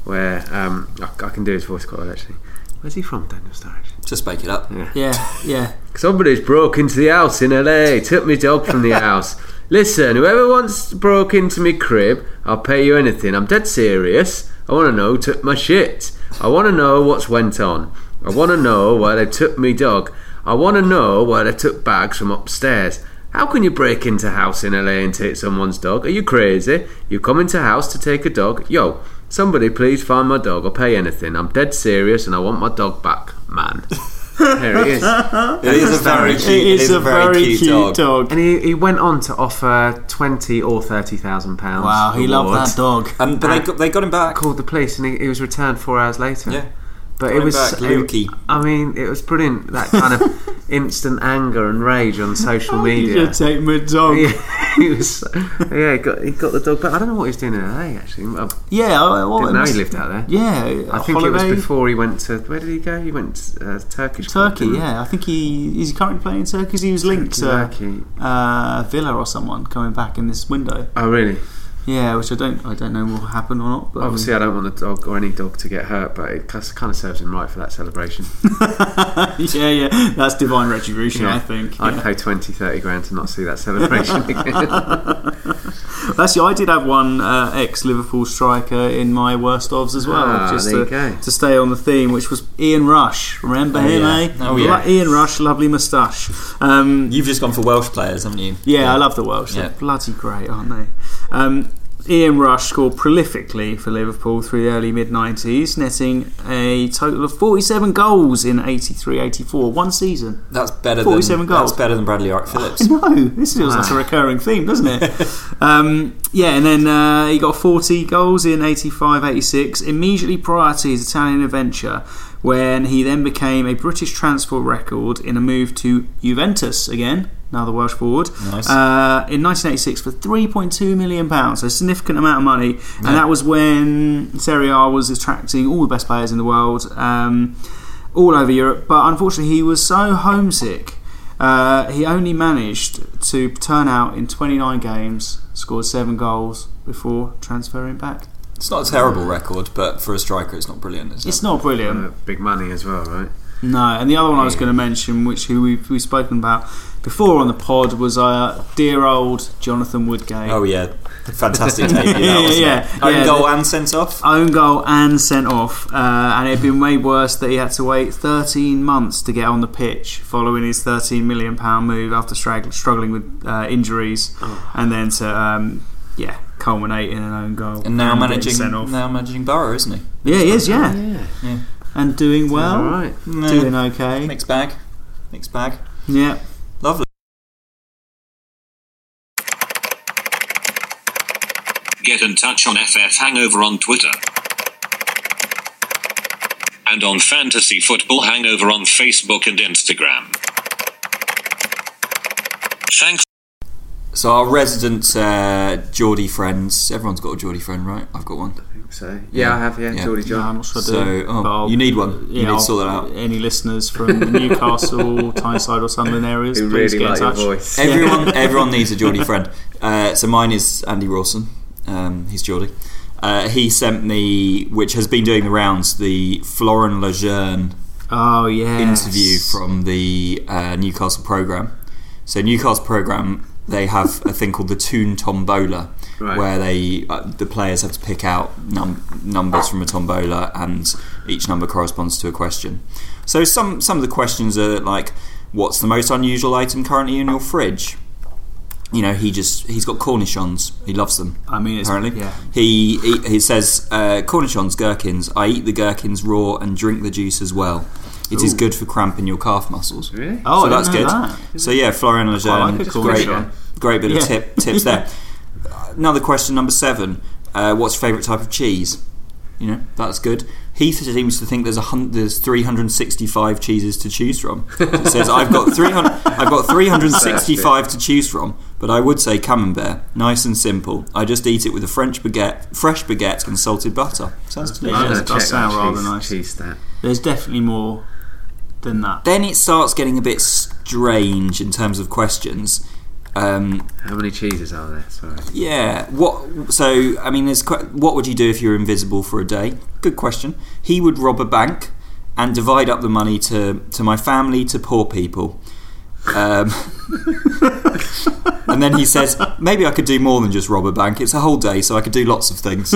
B: Where um, I, I can do his voice quite well actually. Where's he from, Daniel Sturridge?
A: Just make it up.
B: Yeah.
C: Yeah, yeah.
B: Somebody's broke into the house in LA, took me dog from the house. Listen, whoever once broke into me crib, I'll pay you anything. I'm dead serious. I want to know who took my shit. I want to know what's went on. I want to know why they took me dog. I want to know why they took bags from upstairs. How can you break into house in LA and take someone's dog? Are you crazy? You come into house to take a dog? Yo, somebody please find my dog. I'll pay anything. I'm dead serious and I want my dog back, man. there he is.
A: It is a [laughs] very
C: It
A: cute.
C: is a very, cute, dog.
B: And he, he went on to offer twenty or thirty thousand pounds.
C: Wow, he loved
B: reward.
C: that [laughs] dog.
A: Um, but they got, they got him back.
B: Called the police and he, he was returned four hours later.
A: Yeah.
B: but it
A: Coming
B: was
A: back,
B: it-
A: Lukey.
B: I mean, it was brilliant. That kind
C: [laughs]
B: of instant anger and rage on social
C: You
B: media.
C: should take my Oh, dog. Yeah,
B: Yeah, [laughs] he was. Yeah, he got he got the dog back. I don't know what he was doing in LA actually. I
C: I, well,
B: didn't know
C: it
B: he
C: must-
B: lived out there.
C: Yeah,
B: I
C: a
B: think
C: holiday.
B: it was before he went to where did he go? He went to, uh, Turkish club,
C: Turkey.
B: didn't he?
C: Yeah, uh, I think he is he currently playing in Turkey. 'Cause He was linked to
B: Turkey.
C: uh, Villa or someone coming back in this window.
B: Oh really?
C: Yeah, which I don't I don't know will happen or not. But um,
B: Obviously, I don't want a dog or any dog to get hurt, but it kind of serves him right for that celebration.
C: [laughs] yeah, yeah, that's divine retribution.
B: Yeah.
C: I think.
B: I'd
C: yeah.
B: pay 20, 30 grand to not see that
C: [laughs]
B: celebration again.
C: Actually, I did have one uh, ex Liverpool striker in my worst ofs as well.
B: Ah,
C: just
B: there you
C: to,
B: go.
C: to stay on the theme, which was Ian Rush. Remember him,
A: yeah.
C: eh?
A: Oh, yeah.
C: Lo- Ian Rush, lovely moustache. Um,
A: You've just gone for Welsh players, haven't you?
C: yeah, I love the Welsh.
A: Yeah.
C: They're bloody great, aren't they? Um, Ian Rush scored prolifically for Liverpool through the early mid 90s, netting a total of 47 goals in 83 84, one season.
A: That's better
C: 47
A: than
C: goals.
A: that's better than Bradley Ark
C: [laughs]
A: Phillips.
C: No, this feels like a recurring theme, doesn't [laughs] it? um, yeah, and then uh, he got 40 goals in 85 86, immediately prior to his Italian adventure, when he then became a British transfer record in a move to Juventus again. Another Welsh forward
A: Nice.
C: uh, in 1986 for 3.2 million pounds, a significant amount of money, and that was when Serie A was attracting all the best players in the world. Um, all over Europe, but unfortunately he was so homesick. Uh, he only managed to turn out in 29 games, scored seven goals before transferring back.
A: It's not a terrible record, but for a striker, it's not brilliant. Is it?
C: It's not brilliant,
B: Uh, Big money as well, right?
C: no. And the other one I was
B: Yeah.
C: going to mention, which who we've, we've spoken about before on the pod, was uh, dear old Jonathan Woodgate.
A: Oh yeah,
C: [laughs]
A: fantastic debut.
C: Yeah,
A: that, wasn't
C: yeah,
A: it?
C: yeah.
A: Own
C: Yeah,
A: goal
C: the-
A: and sent off.
C: Own goal and sent off, uh, and it had been made worse that he had to wait 13 months to get on the pitch following his 13 million pound move after strag- struggling with uh, injuries,
B: Oh.
C: and then to um, yeah culminate in an own goal
A: And now
C: getting
A: managing
C: sent off.
A: now managing Borough, isn't he?
C: Yeah, he is. Yeah,
B: Yeah.
C: and doing well,
B: All right.
A: No.
C: doing okay.
A: Mixed bag, mixed bag.
C: Yeah.
A: Lovely.
E: Get in touch on FF Hangover on Twitter. and on Fantasy Football Hangover on Facebook and Instagram. Thanks.
A: So our resident uh, Geordie friends. Everyone's got a Geordie friend, right? I've got one.
B: So yeah, I have yeah,
A: Yeah.
B: Geordie
C: No,
B: John.
C: I'm not sure I do.
A: So, oh,
C: but I'll-
A: you need one. You need to
C: I'll-
A: sort that out.
C: Any
A: [laughs]
C: listeners from Newcastle, Tyneside, or Sunderland areas,
B: Who
C: please
B: really
C: get
B: like
C: in
B: your
C: touch.
B: voice.
C: [laughs]
A: Everyone, everyone needs a Geordie friend. Uh, so mine is Andy Rawson. Um, he's Geordie. Uh, he sent me, which has been doing the rounds, the Florin Lejeune
C: Oh yeah,
A: interview from the uh, Newcastle program. So Newcastle program, they have a thing called the Toon Tombola,
B: Right.
A: where they uh, the players have to pick out num- numbers from a tombola, and each number corresponds to a question. So some some of the questions are like, "What's the most unusual item currently in your fridge?" You know, he just he's got cornichons. He loves them.
C: I mean, it's,
A: Apparently,
C: yeah.
A: he, he he says uh, cornichons, gherkins. I eat the gherkins raw and drink the juice as well. It is
C: Ooh.
A: good for cramping your calf muscles.
B: Really?
C: Oh,
A: so
C: I didn't
A: that's
C: know
A: good.
C: that.
A: So yeah, Florian
C: Quite
A: Lejeune,
C: like a
A: great,
C: cornichon.
A: great bit
C: Yeah.
A: of tip, tips
C: [laughs]
A: there. Another question number seven: uh, What's your favourite type of cheese? You know that's good. He seems to think there's a hun- there's 365 cheeses to choose from. It says I've got 300, I've got 365 to choose from, but I would say camembert, nice and simple. I just eat it with a French baguette, fresh baguette and salted butter. Sounds delicious.
B: [laughs]
C: Yeah,
B: I'm gonna
C: that does
B: check
C: sound
B: that
C: rather
B: cheese-
C: nice.
B: Cheese stat.
C: There's definitely more
B: [laughs]
C: than that.
A: Then it starts getting a bit strange in terms of questions. Um,
B: How many cheeses are there? Sorry.
A: Yeah. What? So, I mean, there's que- what would you do if you were invisible for a day? Good question. He would rob a bank and divide up the money to to my family, to poor people. Um, and then he says, maybe I could do more than just rob a bank. It's a whole day, so I could do lots of
C: [laughs]
A: things.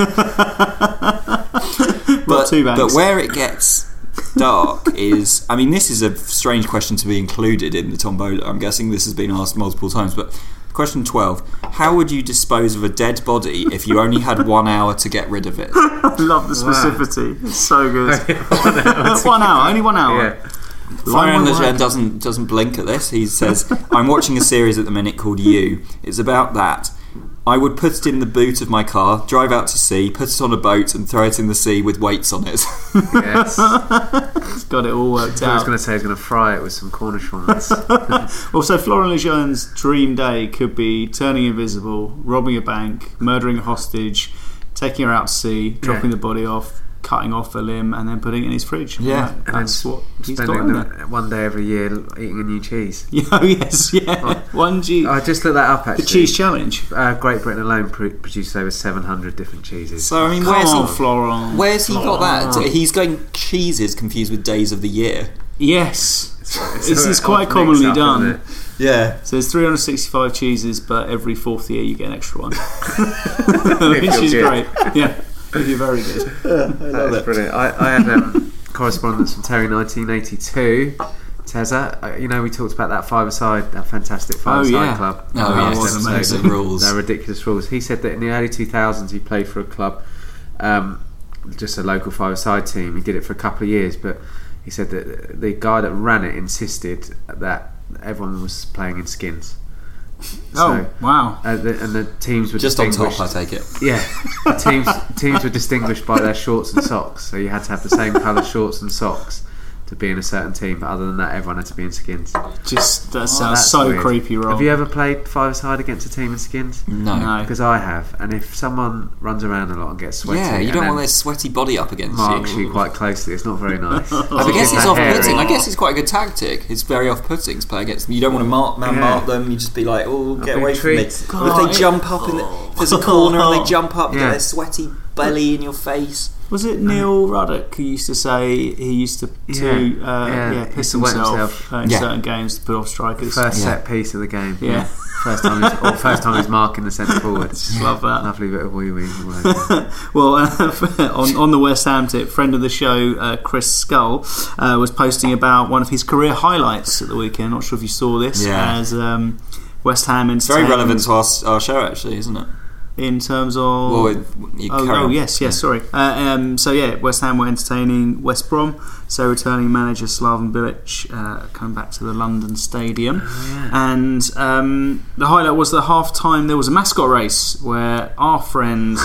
A: but,
C: two banks.
A: but where it gets dark is, I mean, this is a strange question to be included in the tombola. I'm guessing this has been asked multiple times, but question 12 How would you dispose of a dead body if you only had one hour to get rid of it?
C: I love the specificity. It's so
B: [laughs]
C: good. [laughs] one hour, only one hour.
B: Yeah.
A: Florian
C: Find my
A: Lejeune
C: way.
A: doesn't doesn't blink at this. He says, [laughs] "I'm watching a series at the minute called You. It's about that. I would put it in the boot of my car, drive out to sea, put it on a boat, and throw it in the sea with weights on it. [laughs]
C: [laughs]
B: Yes. I
C: It's got it all worked
B: was
C: out.
B: going to say I was going to fry it with some
C: [laughs]
B: cornichons.
C: Also, Florent Lejeune's dream day could be turning invisible, robbing a bank, murdering a hostage, taking her out to sea, dropping
B: Yeah.
C: the body off, cutting off a limb, and then putting it in his fridge.
A: Yeah.
C: Right,
B: And
C: that's
B: then
C: what he's got
B: Spending
C: in there.
B: the, one day every year eating a new cheese.
C: [laughs]
B: Oh,
C: Yeah, oh, yes, yeah. One G.
B: I just looked that up
C: the
B: actually.
C: cheese challenge.
B: Uh, Great Britain alone pr- produced over 700 different cheeses.
A: so I mean,
C: Come
A: where's
C: on,
A: he?
C: Florent.
A: Where's he got that?
C: Florent.
A: He's going cheeses confused with days of the year.
C: Yes.
B: It's
C: This
B: a
C: is
B: bit
C: quite
B: odd
C: commonly
B: mix-up,
C: done.
B: isn't it?
A: Yeah,
C: So there's 365 cheeses, but every fourth year you get an
B: [laughs]
C: extra one,
B: [laughs]
C: [laughs]
B: If
C: which
B: you're
C: is
B: good.
C: great. Yeah, you're
B: [laughs]
C: very good.
B: That's brilliant. I, I had um, [laughs] correspondence from Terry 1982. Tezza, uh, you know, we talked about that five-a-side, that fantastic five-a-side
C: yeah.
B: club.
A: Oh,
B: Last
A: yes,
B: episode.
A: amazing
B: [laughs]
A: rules.
B: They're ridiculous rules. He said that in the early 2000s, he played for a club, um, just a local five-a-side team. He did it for a couple of years, but he said that the guy that ran it insisted that everyone was playing in skins.
C: Oh
B: So,
C: wow!
B: uh, the, and the teams were
A: just on top.
B: distinguished-
A: I take it.
B: yeah, teams teams were distinguished by their shorts and socks, so you had to have the same colour shorts and socks to be in a certain team. But other than that, everyone had to be in skins.
C: Just that sounds
B: Oh, That's
C: so
B: weird.
C: creepy. Wrong.
B: Have you ever played five side against a team in skins?
A: No.
C: No.
B: Because I have, and if someone runs around a lot and gets sweaty,
A: Yeah, you
B: and
A: don't want
B: then
A: their sweaty body up against
B: marks
A: you.
B: you quite closely. It's not very
C: [laughs]
B: nice.
A: I guess it's
B: Hairy.
A: off-putting. I guess it's quite a good tactic. It's very off-putting to play against them. You don't want to mark man
B: Yeah.
A: mark them. You just be like, oh, get
B: be
A: away from me.
B: intrigued.
A: But if
C: God.
A: they jump up, in the, if there's a corner [laughs] and they jump up, you
B: Yeah.
A: get their sweaty belly in your face.
C: Was it Neil Ruddock who used to say he used to, to
B: Uh-huh. Yeah,
C: uh,
B: yeah,
C: yeah,
B: he used
C: piss
B: to wet
C: himself,
B: himself.
C: Uh, in
A: Yeah.
C: certain games to put off strikers?
B: First
A: Yeah.
B: set piece of the game.
C: Yeah.
B: First time, he's, or first time he's marking the centre forward.
C: [laughs] Love that.
B: Lovely bit of wee wee. all over.
C: [laughs] Well, uh, [laughs] on, on the West Ham tip, friend of the show, uh, Chris Skull, uh, was posting about one of his career highlights at the weekend. Not sure if you saw this.
A: Yeah.
C: As um, West Ham
A: It's very
C: entertained
A: relevant to our, our show, actually, isn't it?
C: in terms of.
A: Well, it- you
C: Oh,
A: carry
C: oh
A: on.
C: yes, yes, sorry. Uh, um, so yeah, West Ham were entertaining West Brom. So returning manager Slaven Bilic uh, coming back to the London Stadium,
A: Ah.
C: and
A: [laughs]
C: um, the highlight was the half time. There was a mascot race where our friend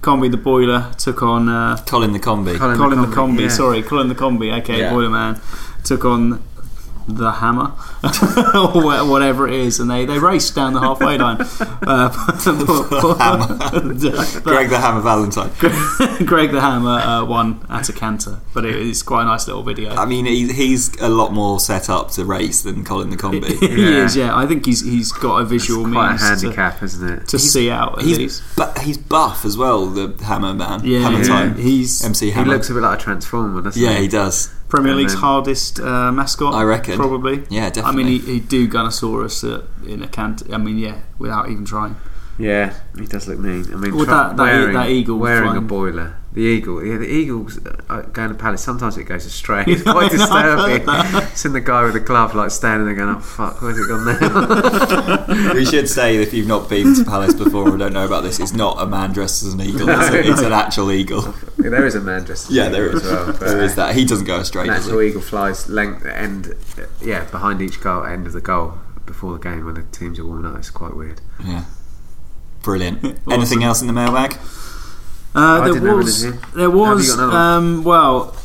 C: Combi the Boiler took on uh,
A: Colin the combi. [laughs]
B: Colin,
C: [laughs] Colin the
B: Combi,
C: Combi.
B: yeah.
C: Sorry, Colin the Combi, aka
A: Yeah.
C: Boiler Man, took on the Hammer [laughs] or wha- whatever it is, and they, they raced down the halfway line. Uh, [laughs]
A: Greg the Hammer Valentine.
C: [laughs] Greg the Hammer uh, won at a canter, but it, it's quite a nice little video.
A: I mean, he, he's a lot more set up to race than Colin the combi.
C: [laughs] he is, yeah. I think he's he's got a visual
B: Quite a
C: means to,
B: handicap, isn't it?
C: to see out. at
A: He's
C: least.
A: bu- he's buff as well, the Hammer Man.
C: Yeah,
A: Hammer
C: yeah.
A: Time.
C: He's-
A: MC
B: He
A: Hammer.
B: looks a bit like a transformer, doesn't
A: yeah,
B: he?
A: he does.
C: Premier
B: And
C: League's
B: then-
C: hardest uh, mascot,
A: I reckon.
C: Probably.
A: Yeah,
C: I
A: definitely.
C: mean, he, he do Gunnosaurus uh, in a canter. I mean, yeah, without even trying.
B: Yeah, he does look mean. I mean,
C: With
B: try-
C: that- that e-
B: wearing,
C: that eagle
B: wearing
C: flying.
B: a boiler. The eagle, yeah, the eagle's uh, going to palace. Sometimes it goes
C: [laughs]
B: astray. It's
C: Yeah,
B: quite
C: I know, I've heard
B: disturbing. [laughs] It's in the guy with the glove, like standing there going, "Oh fuck, where's it gone
C: [laughs]
B: now?"
A: we should say if you've not been to Palace before or don't know about this, it's not a man dressed as an eagle. it's, a- it's an actual eagle.
B: Yeah, there is a man dressed. as
A: Yeah,
B: an
A: there
B: eagle
A: is.
B: As well, but,
A: there is
B: uh,
A: that. He doesn't go astray.
B: An
A: Does
B: actual
A: he?
B: eagle flies length and uh, yeah behind each goal, end of the goal before the game when the teams are warming up. It's quite weird.
A: Yeah.
C: [laughs]
A: Brilliant. Anything else in the mailbag?
C: Uh,
B: I
C: there,
B: didn't have
C: was,
B: it in here.
C: there
B: Have you
C: was.
B: got another one?
C: Um, well,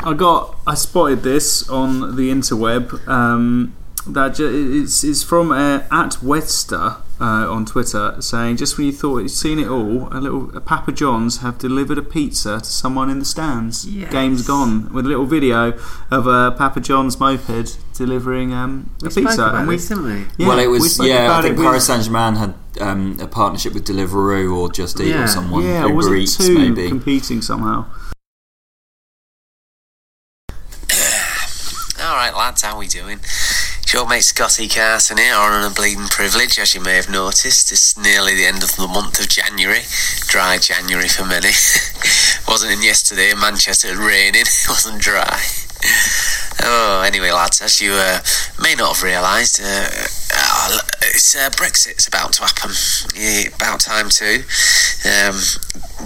C: I got. I spotted this on the interweb. Um, that ju- it's, it's from uh, at Webster uh, on Twitter saying just when you thought you'd seen it all, a little a Papa John's have delivered a pizza to someone in the stands.
B: Yes.
C: Game's gone with a little video of a Papa John's moped delivering um, a
B: spoke
C: pizza.
B: about
C: and we-
B: this, didn't we?
C: yeah,
A: well, it
C: we
A: was
C: spoke
A: yeah. I
C: about
A: think
C: it with-
A: Paris Saint Germain had um, a partnership with Deliveroo or Just Eat
B: Yeah.
A: or someone.
C: Yeah,
A: Uber
C: was it
A: Eats
C: two
A: maybe.
C: competing somehow?
F: All right, lads, how we doing? It's your mate Scotty Carson here, honouring a bleeding privilege, as you may have noticed. It's nearly the end of the month of January, dry January for many. [laughs] Wasn't in yesterday in Manchester, it raining, [laughs] it wasn't dry. Oh, anyway, lads, as you uh, may not have realised, uh, uh, l- it's uh, Brexit's about to happen. Yeah, about time too. Um,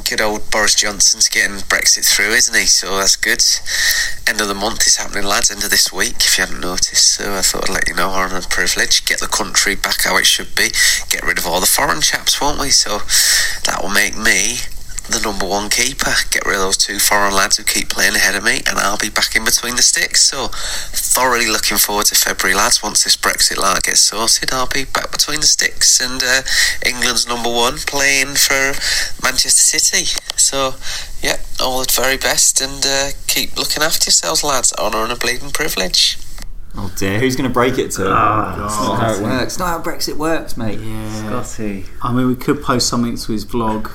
F: good old Boris Johnson's getting Brexit through, isn't he? So that's good. End of the month is happening, lads. End of this week, if you haven't noticed. So I thought I'd let you know, honour and privilege. Get the country back how it should be. Get rid of all the foreign chaps, won't we? So that will make me the number one keeper. Get rid of those two foreign lads who keep playing ahead of me, and I'll be back in between the sticks. So, thoroughly looking forward to February, lads. Once this Brexit lot gets sorted, I'll be back between the sticks and uh, England's number one playing for Manchester City. So, yeah, all the very best, and uh, keep looking after yourselves, lads. Honour and a bleeding privilege.
A: Oh dear, who's going to break it to? him? It's not how it
C: God.
A: works. It's not how Brexit works, mate.
C: Yeah.
B: Scotty.
C: I mean, we could post something to his blog,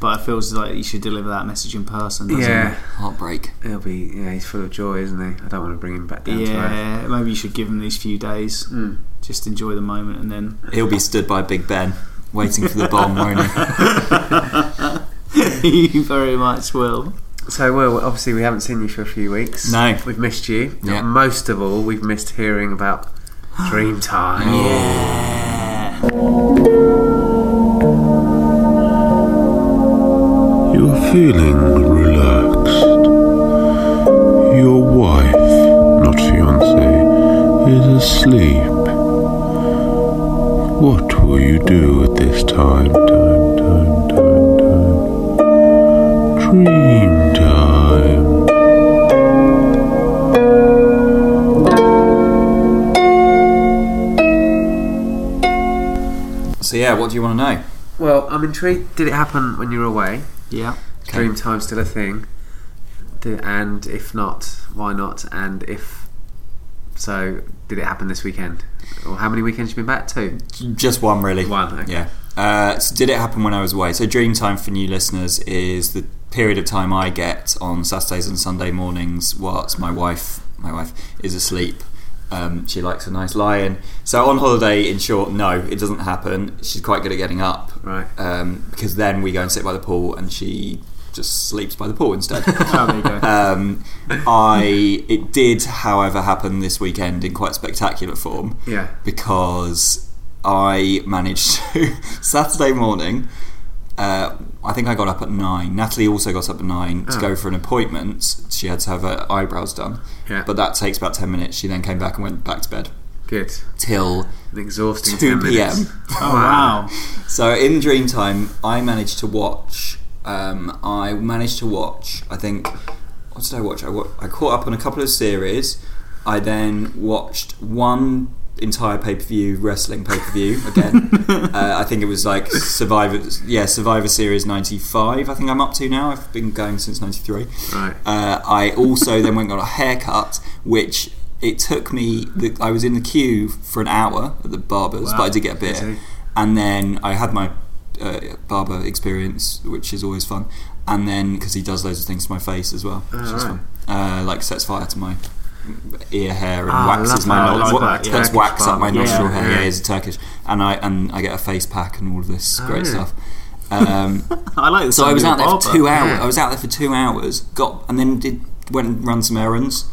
C: but it feels like you should deliver that message in person. Doesn't
B: Yeah,
A: Heartbreak.
B: he'll be. Yeah, he's full of joy, isn't he? I don't want to bring him back
C: It?
B: down to earth.
C: Yeah. Maybe you should give him these few days. Just enjoy the moment, and then
A: He'll be stood by Big Ben, [laughs] waiting for the bomb, won't he?
C: [laughs] you very much will.
B: So, Will, obviously, we haven't seen you for a few weeks.
A: No.
B: We've missed you.
A: Yeah.
B: Most of all, we've missed hearing about [gasps] Dream Time.
G: You're feeling relaxed. Your wife, not fiance, is asleep. What will you do at this time? Time, time, time, time. Dream time.
A: So yeah, what do you want to know?
B: Well, I'm intrigued. Did it happen when you were away?
C: Yeah.
A: Okay.
B: Dream Time's still a thing. Do, and if not, why not? And if so, did it happen this weekend? Or how many weekends you been back to?
A: Just one, really.
B: One, okay.
A: Yeah. Uh, so did it happen when I was away? So dream time for new listeners is the period of time I get on Saturdays and Sunday mornings whilst my wife, my wife is asleep. Um, she likes a nice lie-in. So on holiday, in short, no, it doesn't happen. She's quite good at getting up,
B: Right.
A: Um, because then we go and sit by the pool, and she just sleeps by the pool instead.
C: [laughs] Oh, there you go.
A: Um, I it did, however, happen this weekend in quite spectacular form.
B: Yeah.
A: Because I managed [laughs] to Saturday morning. Uh, I think I got up at nine. Natalie also got up at nine to
B: Oh.
A: go for an appointment. She had to have her eyebrows done.
B: Yeah.
A: But that takes about ten minutes. She then came back and went back to bed
B: Good.
A: till
B: An exhausting
A: 2
B: 10 minutes. Oh,
A: p.m.
C: oh wow.
A: So in Dreamtime, I managed to watch um, I managed to watch. I think what did I watch? I, wa- I caught up on a couple of series. I then watched one entire pay per view wrestling pay per view again. uh, I think it was like Survivor, yeah, Survivor Series '95. I think I'm up to now. I've been going since '93.
B: Right.
A: Uh, I also then went and got a haircut, which it took me. The, I was in the queue for an hour at the barbers,
C: Wow.
A: but I did get a
B: Okay.
A: beer, and then I had my uh, barber experience, which is always fun. And then because he does loads of things to my face as well, which is
B: Alright.
A: fun. Uh, like sets fire to my ear hair and
B: Ah, I
A: waxes
B: love
A: my
B: that.
A: nostril.
C: I like
A: wa-
C: that, yeah.
A: puts
B: Turkish
A: wax up my
B: barber.
A: nostril
B: Yeah,
A: hair.
B: yeah.
A: Yeah, he's Turkish, and I and I get a face pack and all of this great
B: Oh, yeah.
A: stuff. Um,
B: [laughs]
C: I like this.
A: so I was out there for two hours.
B: Yeah.
A: I was out there for two hours. Got and then did went and ran some errands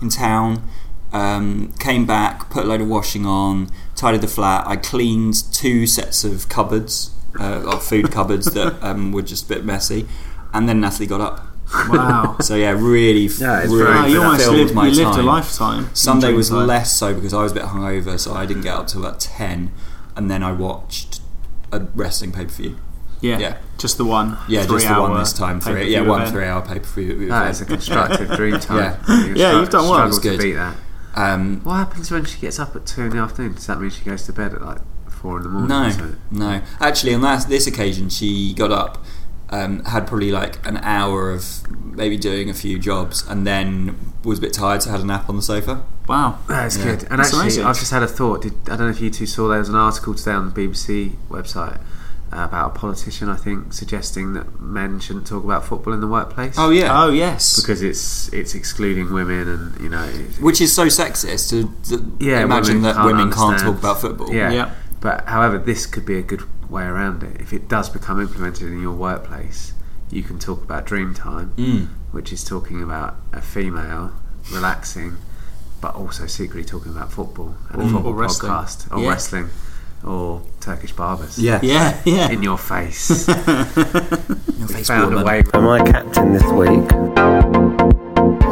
A: in town. Um, came back, put a load of washing on, tidied the flat. I cleaned two sets of cupboards, uh, of food cupboards
B: [laughs]
A: that um, were just a bit messy, and then Natalie got up.
C: Wow.
A: [laughs] So yeah, really,
B: Yeah, it's
A: really
B: very-
C: Wow, you almost
A: filled
C: lived,
A: my
C: you lived
A: time.
C: a lifetime.
A: Sunday
C: Dream
A: was
C: time.
A: less so because I was a bit hungover, so I didn't get up till about ten, and then I watched a wrestling pay per view.
C: Yeah.
A: Yeah.
C: Just the one.
A: Yeah,
C: three
A: just the one
C: hour
A: this time. Three,
C: pay-per-view
A: yeah, one
C: event.
A: three-hour pay-per-view.
B: That is a
A: [laughs]
B: constructive dream time.
A: Yeah.
B: You
C: Yeah,
B: stru-
C: you've done well.
B: struggle
A: It's
B: to
A: good.
B: beat that.
A: Um,
B: What happens when she gets up at two in the afternoon? Does that mean she goes to bed at like four in the morning?
A: no,
B: So-
A: no. Actually, on that, this occasion, she got up, um, had probably like an hour of maybe doing a few jobs, and then was a bit tired, so had a nap on the sofa.
C: Wow.
B: That is
A: Yeah.
B: good. And
C: That's
B: actually,
C: amazing.
B: I've just had a thought. Did, I don't know if you two saw there was an article today on the BBC website uh, about a politician, I think, suggesting that men shouldn't talk about football in the workplace.
A: Oh yeah,
C: Oh yes.
B: Because it's it's excluding women and, you know. it-
A: which is so sexist to, to
B: Yeah,
A: imagine
B: women
A: that
B: can't
A: women can't
B: understand.
A: talk about football.
B: Yeah.
C: Yeah.
B: But however, this could be a good way around it. If it does become implemented in your workplace, you can talk about dream time,
A: Mm.
B: which is talking about a female relaxing, but also secretly talking about football and
C: Or-
B: a football
C: or wrestling.
B: podcast or
C: Yeah.
B: wrestling or Turkish barbers.
A: yeah,
B: [laughs]
C: Yeah. Yeah.
B: In your face.
A: [laughs] Your face
B: Found a
A: woman.
B: way.
H: Am I captain this week?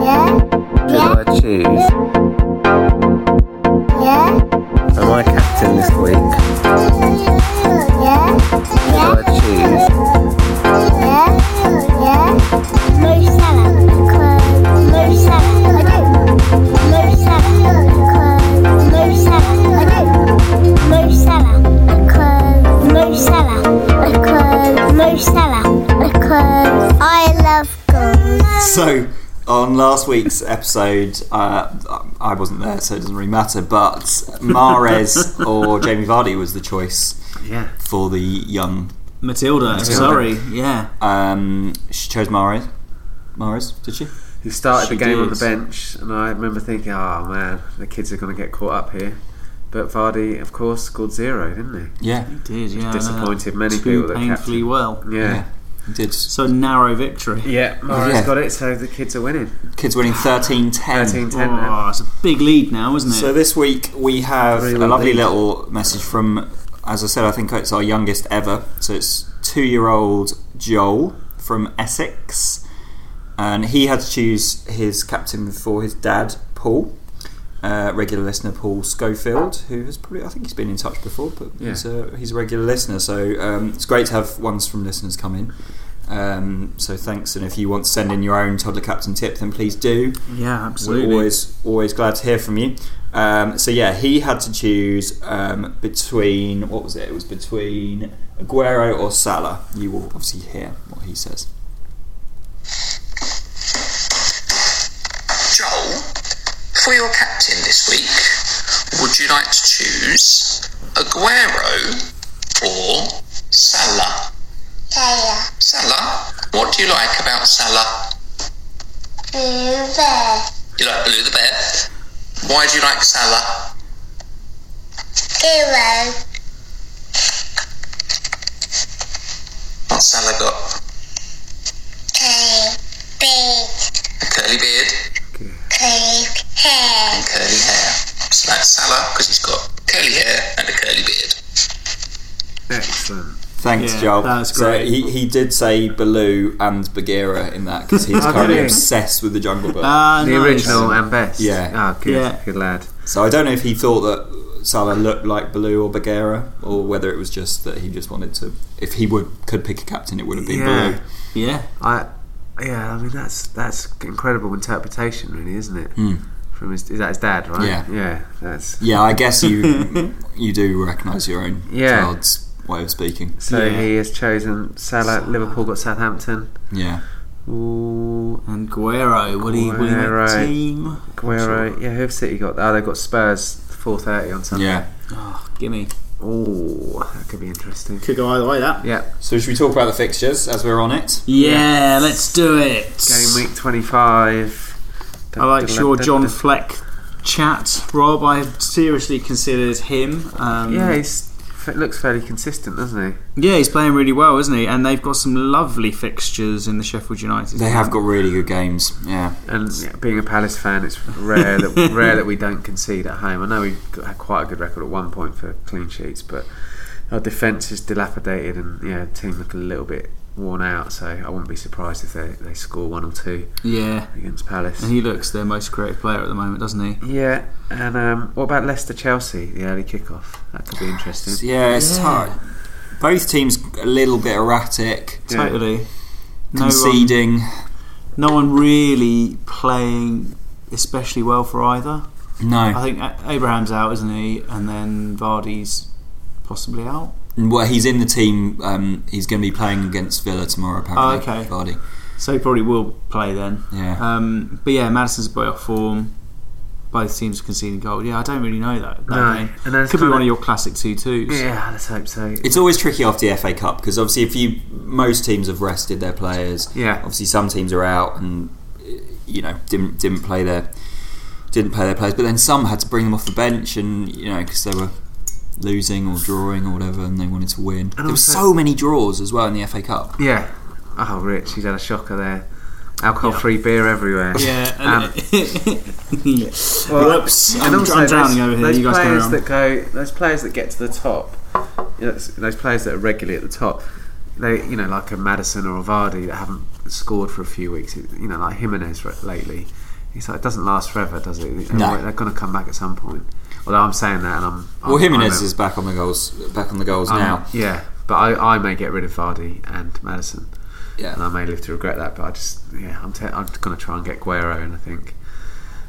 I: Yeah,
H: Did I choose?
I: yeah,
H: Am I captain this week?
I: yeah, yeah, yeah. Mo Salah, cause Mo Salah, I do. Mo Salah, cause Mo Salah, I do. Mo Salah, cause Mo Salah, cause Mo Salah, cause I love guns.
A: So, on last week's episode, uh, I wasn't there, so it doesn't really matter. But Mares or Jamie Vardy was the choice
B: Yeah.
A: for the young.
C: Matilda. Sorry. Yeah.
A: Um, she chose Mares. Mares, did she?
B: He started
C: She
B: the game on the
C: did.
B: bench, and I remember thinking, oh man, the kids are going to get caught up here. But Vardy, of course, scored zero, didn't
A: Yeah,
C: He did. Yeah. I know that.
B: disappointed many
C: Too
B: people that kept
C: painfully
B: him.
C: well.
B: he?
A: yeah, he did.
C: So narrow victory.
B: [laughs] Yeah, Mara's
A: Yeah.
B: got it, so the kids are winning.
A: Kids winning 13
B: 13 10 now.
C: Oh, it's a big lead now, isn't it?
A: So this week we have
B: Really
A: a lovely
B: indeed.
A: little message from, as I said, I think it's our youngest ever. So it's two-year-old Joel from Essex, and he had to choose his captain for his dad, Paul. Uh, regular listener Paul Schofield, who has probably I think he's been in touch before, but
B: Yeah.
A: he's, a, he's a regular listener, so um, it's great to have ones from listeners come in. Um, so thanks, and if you want to send in your own toddler captain tip, then please do.
C: yeah, absolutely.
A: We're always always glad to hear from you. Um, so yeah, he had to choose um, between what was it? It was between Aguero or Salah. You will obviously hear what he says.
J: Joel, for your captain this week, would you like to choose Aguero or Salah?
I: Salah,
J: Salah? What do you like about Salah?
I: blue bear,
J: You like Blue the Bear? Why do you like Salah?
I: hero.
J: What's Salah got?
I: Curly, big,
J: A curly beard
I: curly hair.
J: and curly hair. So that's Salah because he's got curly hair and a curly beard.
B: Excellent.
A: Thanks,
C: Yeah,
A: Joel.
C: that's
A: So
C: great.
A: he, he did say Baloo and Bagheera in that because
C: [laughs]
A: he's
C: Oh,
A: currently
C: did he?
A: obsessed with the Jungle Book.
C: Ah,
B: The
C: nice.
B: original and best.
A: Yeah.
B: Oh, good.
C: Yeah.
B: Good lad.
A: so I don't know if he thought that Salah looked like Baloo or Bagheera, or whether it was just that he just wanted to. If he would could pick a captain, it would have been
B: Yeah.
A: Baloo.
C: Yeah.
B: I. Yeah, I mean that's that's incredible interpretation, really, isn't it?
A: Mm.
B: From his, is that his dad, right?
A: Yeah.
B: yeah, that's
A: Yeah, I guess
C: [laughs]
A: you you do recognise your own
B: Yeah.
A: child's way of speaking.
B: So
C: Yeah.
B: he has chosen Salah. Liverpool got Southampton.
A: Yeah,
B: Ooh,
C: And Guerrero, what he, what he make
B: Guerrero.
C: the team?
B: Guerrero. Yeah, who have City got? Oh, they've got Spurs. Four thirty on Sunday.
A: yeah.
C: Oh, gimme.
B: Ooh, that could be interesting.
C: Could go either way, that.
B: Yeah,
A: So should we talk about the fixtures as we're on it?
C: Yeah, let's do it.
B: game week twenty-five.
C: I like your John Fleck chat, Rob. I have seriously considered him. Um,
B: Yeah, he's, f- looks fairly consistent, doesn't he?
C: yeah, he's playing really well, isn't he? And they've got some lovely fixtures in the Sheffield United.
A: They have got really good games. Yeah,
B: And yeah, being a Palace fan, it's rare that rare that we don't concede at home. I know we have had quite a good record at one point for clean sheets, but our defence is dilapidated, and yeah, the team look a little bit worn out. So I wouldn't be surprised if they, they score one or two
C: Yeah,
B: against Palace.
C: and he looks their most creative player at the moment, doesn't he?
B: Yeah, and um, what about Leicester Chelsea? The early kickoff that could be interesting.
A: yeah. It's
C: Yeah.
A: hard. Both teams a little bit erratic,
B: Yeah.
C: Totally. No um, one,
A: conceding.
C: no one really playing especially well for either. I
A: No,
C: think A- Abraham's out, isn't he? And then Vardy's possibly out.
A: well, he's in the team. Um, he's going to be playing against Villa tomorrow. Apparently,
C: Oh, okay.
A: Vardy.
C: So he probably will play then.
A: Yeah.
C: Um, but yeah, Madison's a bit off form. Both teams conceding goal. Yeah, I don't really know that. that
B: No,
C: game.
B: and then it's
C: could be
B: kinda-
C: one of your classic two twos.
B: Yeah, let's hope so.
A: It's always tricky after the FA Cup because obviously, if you most teams have rested their players,
B: Yeah.
A: Obviously, some teams are out and eh, you know didn't didn't play their didn't play their players, but then some had to bring them off the bench and you know because they were losing or drawing or whatever, and they wanted to win. there were
B: also-
A: so many draws as well in the FA Cup.
B: Yeah. Oh, Rich, he's had a shocker there. Alcohol-free beer everywhere.
C: [laughs]
B: Um,
C: Whoops.
B: Well,
C: I'm, I'm drowning over here.
B: Those
C: You guys carry
B: players
C: on.
B: that go, those players that get to the top, you know, those- those players that are regularly at the top, they, you know, like a Madison or a Vardy that haven't scored for a few weeks, you know, like Jimenez re- lately. It's like it doesn't last forever, does it?
A: No.
B: They're, going to come back at some point. Although I'm saying that, and I'm, I'm
A: Well, Jimenez
B: I'm a-
A: is back on the goals, back on the goals
B: I'm-
A: now.
B: Yeah, but I, I may get rid of Vardy and Madison, and I
A: Yeah,
B: may live to regret that. But I just, yeah, I'm, te- I'm going to try and get Guerrero, and I think.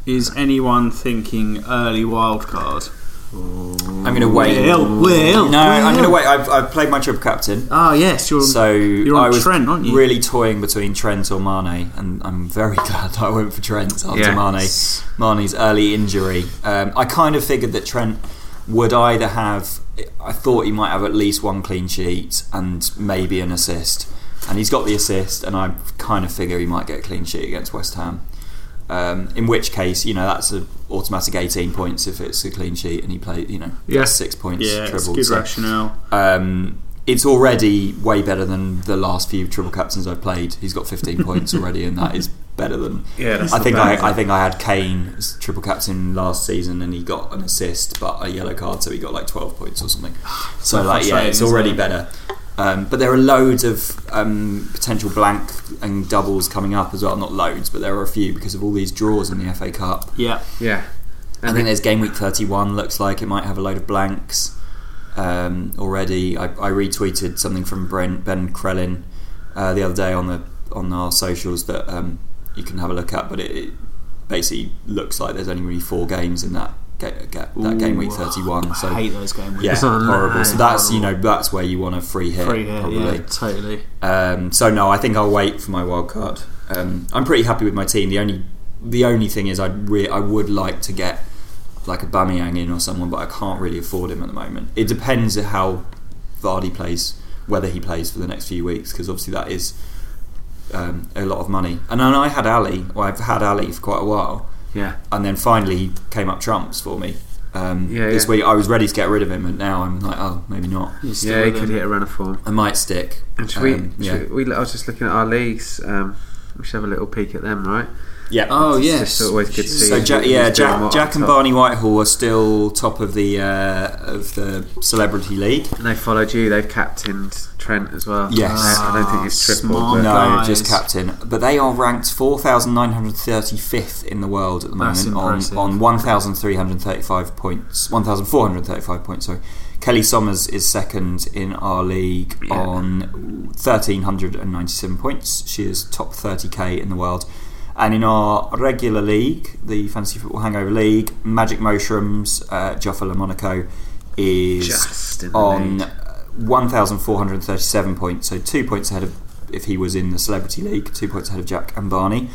C: Is anyone thinking early wild card?
A: I'm going to wait.
C: Will, Will,
A: no, I'm going to
C: Will.
A: wait. I've, I've played my triple captain.
C: Ah, yes, you're.
A: So
C: you're on
A: I was
C: Trent, aren't you?
A: really toying between Trent or Mane, and I'm very [laughs] glad that I went for Trent after
B: Yeah.
A: Mane. Mane's early injury. Um, I kind of figured that Trent would either have. I thought he might have at least one clean sheet and maybe an assist, and he's got the assist, and I kind of figure he might get a clean sheet against West Ham. Um, in which case, you know that's an automatic 18 points if it's a clean sheet, and he played, you know,
B: Yeah.
A: six points.
C: yeah, it's
A: trebled,
C: good
A: so-
C: rationale.
A: um, it's already way better than the last few triple captains I've played. He's got
C: [laughs]
A: 15 points already, and that is better than.
B: Yeah, that's
A: I
B: not
A: think
B: bad.
A: I, I think I had Kane as triple captain last season, and he got an assist, but a yellow card, so he got like 12 points or
C: [sighs]
A: something. So like, yeah,
C: frustrating,
A: it's
C: isn't
A: already
C: it?
A: better. Um, but there are loads of um, potential blank and doubles coming up as well. Not loads, but there are a few because of all these draws in the FA Cup.
C: Yeah,
B: Yeah.
A: I think there's game week 31. Looks like it might have a load of blanks um, already. I, I retweeted something from Brent, Ben Krellin uh, the other day on the on our socials that um, you can have a look at. But it, it basically looks like there's only really four games in that ga- ga- that game week
C: Ooh,
A: 31. So
C: I hate those game weeks.
A: yeah,
B: It's not
A: horrible. So
B: nice.
A: that's you know that's where you want a free hit
C: Free here,
A: probably.
C: yeah, totally.
A: Um, so no, I think I'll wait for my wild card. Um, I'm pretty happy with my team. The only the only thing is I re- I would like to get like a Bamiyang in or someone, but I can't really afford him at the moment. It depends on how Vardy plays, whether he plays for the next few weeks, because obviously that is um, a lot of money. And then I had Ali, or I've had Ali for quite a while,
B: Yeah.
A: and then finally he came up trumps for me. Um,
B: Yeah,
A: this
B: yeah.
A: week I was ready to get rid of him, and now I'm like, oh, maybe not.
B: Yeah, he could hit a run of form.
A: I might stick.
B: And should we,
A: Um, yeah.
B: should we? I was just looking at our leagues. Um, We should have a little peek at them, right?
A: Yeah.
C: Oh yes.
B: Just always good to see.
A: So
B: who-
A: Jack,
B: who's
A: yeah,
B: doing what
A: Jack,
B: up
A: Jack and
B: top.
A: Barney Whitehall are still top of the uh, of the celebrity league.
B: And they followed you. They've captained Trent as well.
A: Yes. Ah,
B: I don't think it's triple. but-
C: Smart.
A: No,
C: Guys.
A: just captain. But they are ranked 4,935th in the world at the
C: That's
A: moment
C: impressive.
A: on, on 1,335 points. 1,435 points, sorry. Kelly Sommers is second in our league on 1,397 points. She is top 30k in the world. And in our regular league, the Fantasy Football Hangover League, Magic Moshrooms, uh, Joffa La Monaco is
B: Just in the
A: on
B: lead.
A: 1,437 points, so two points ahead of if he was in the Celebrity League, two points ahead of Jack and Barney.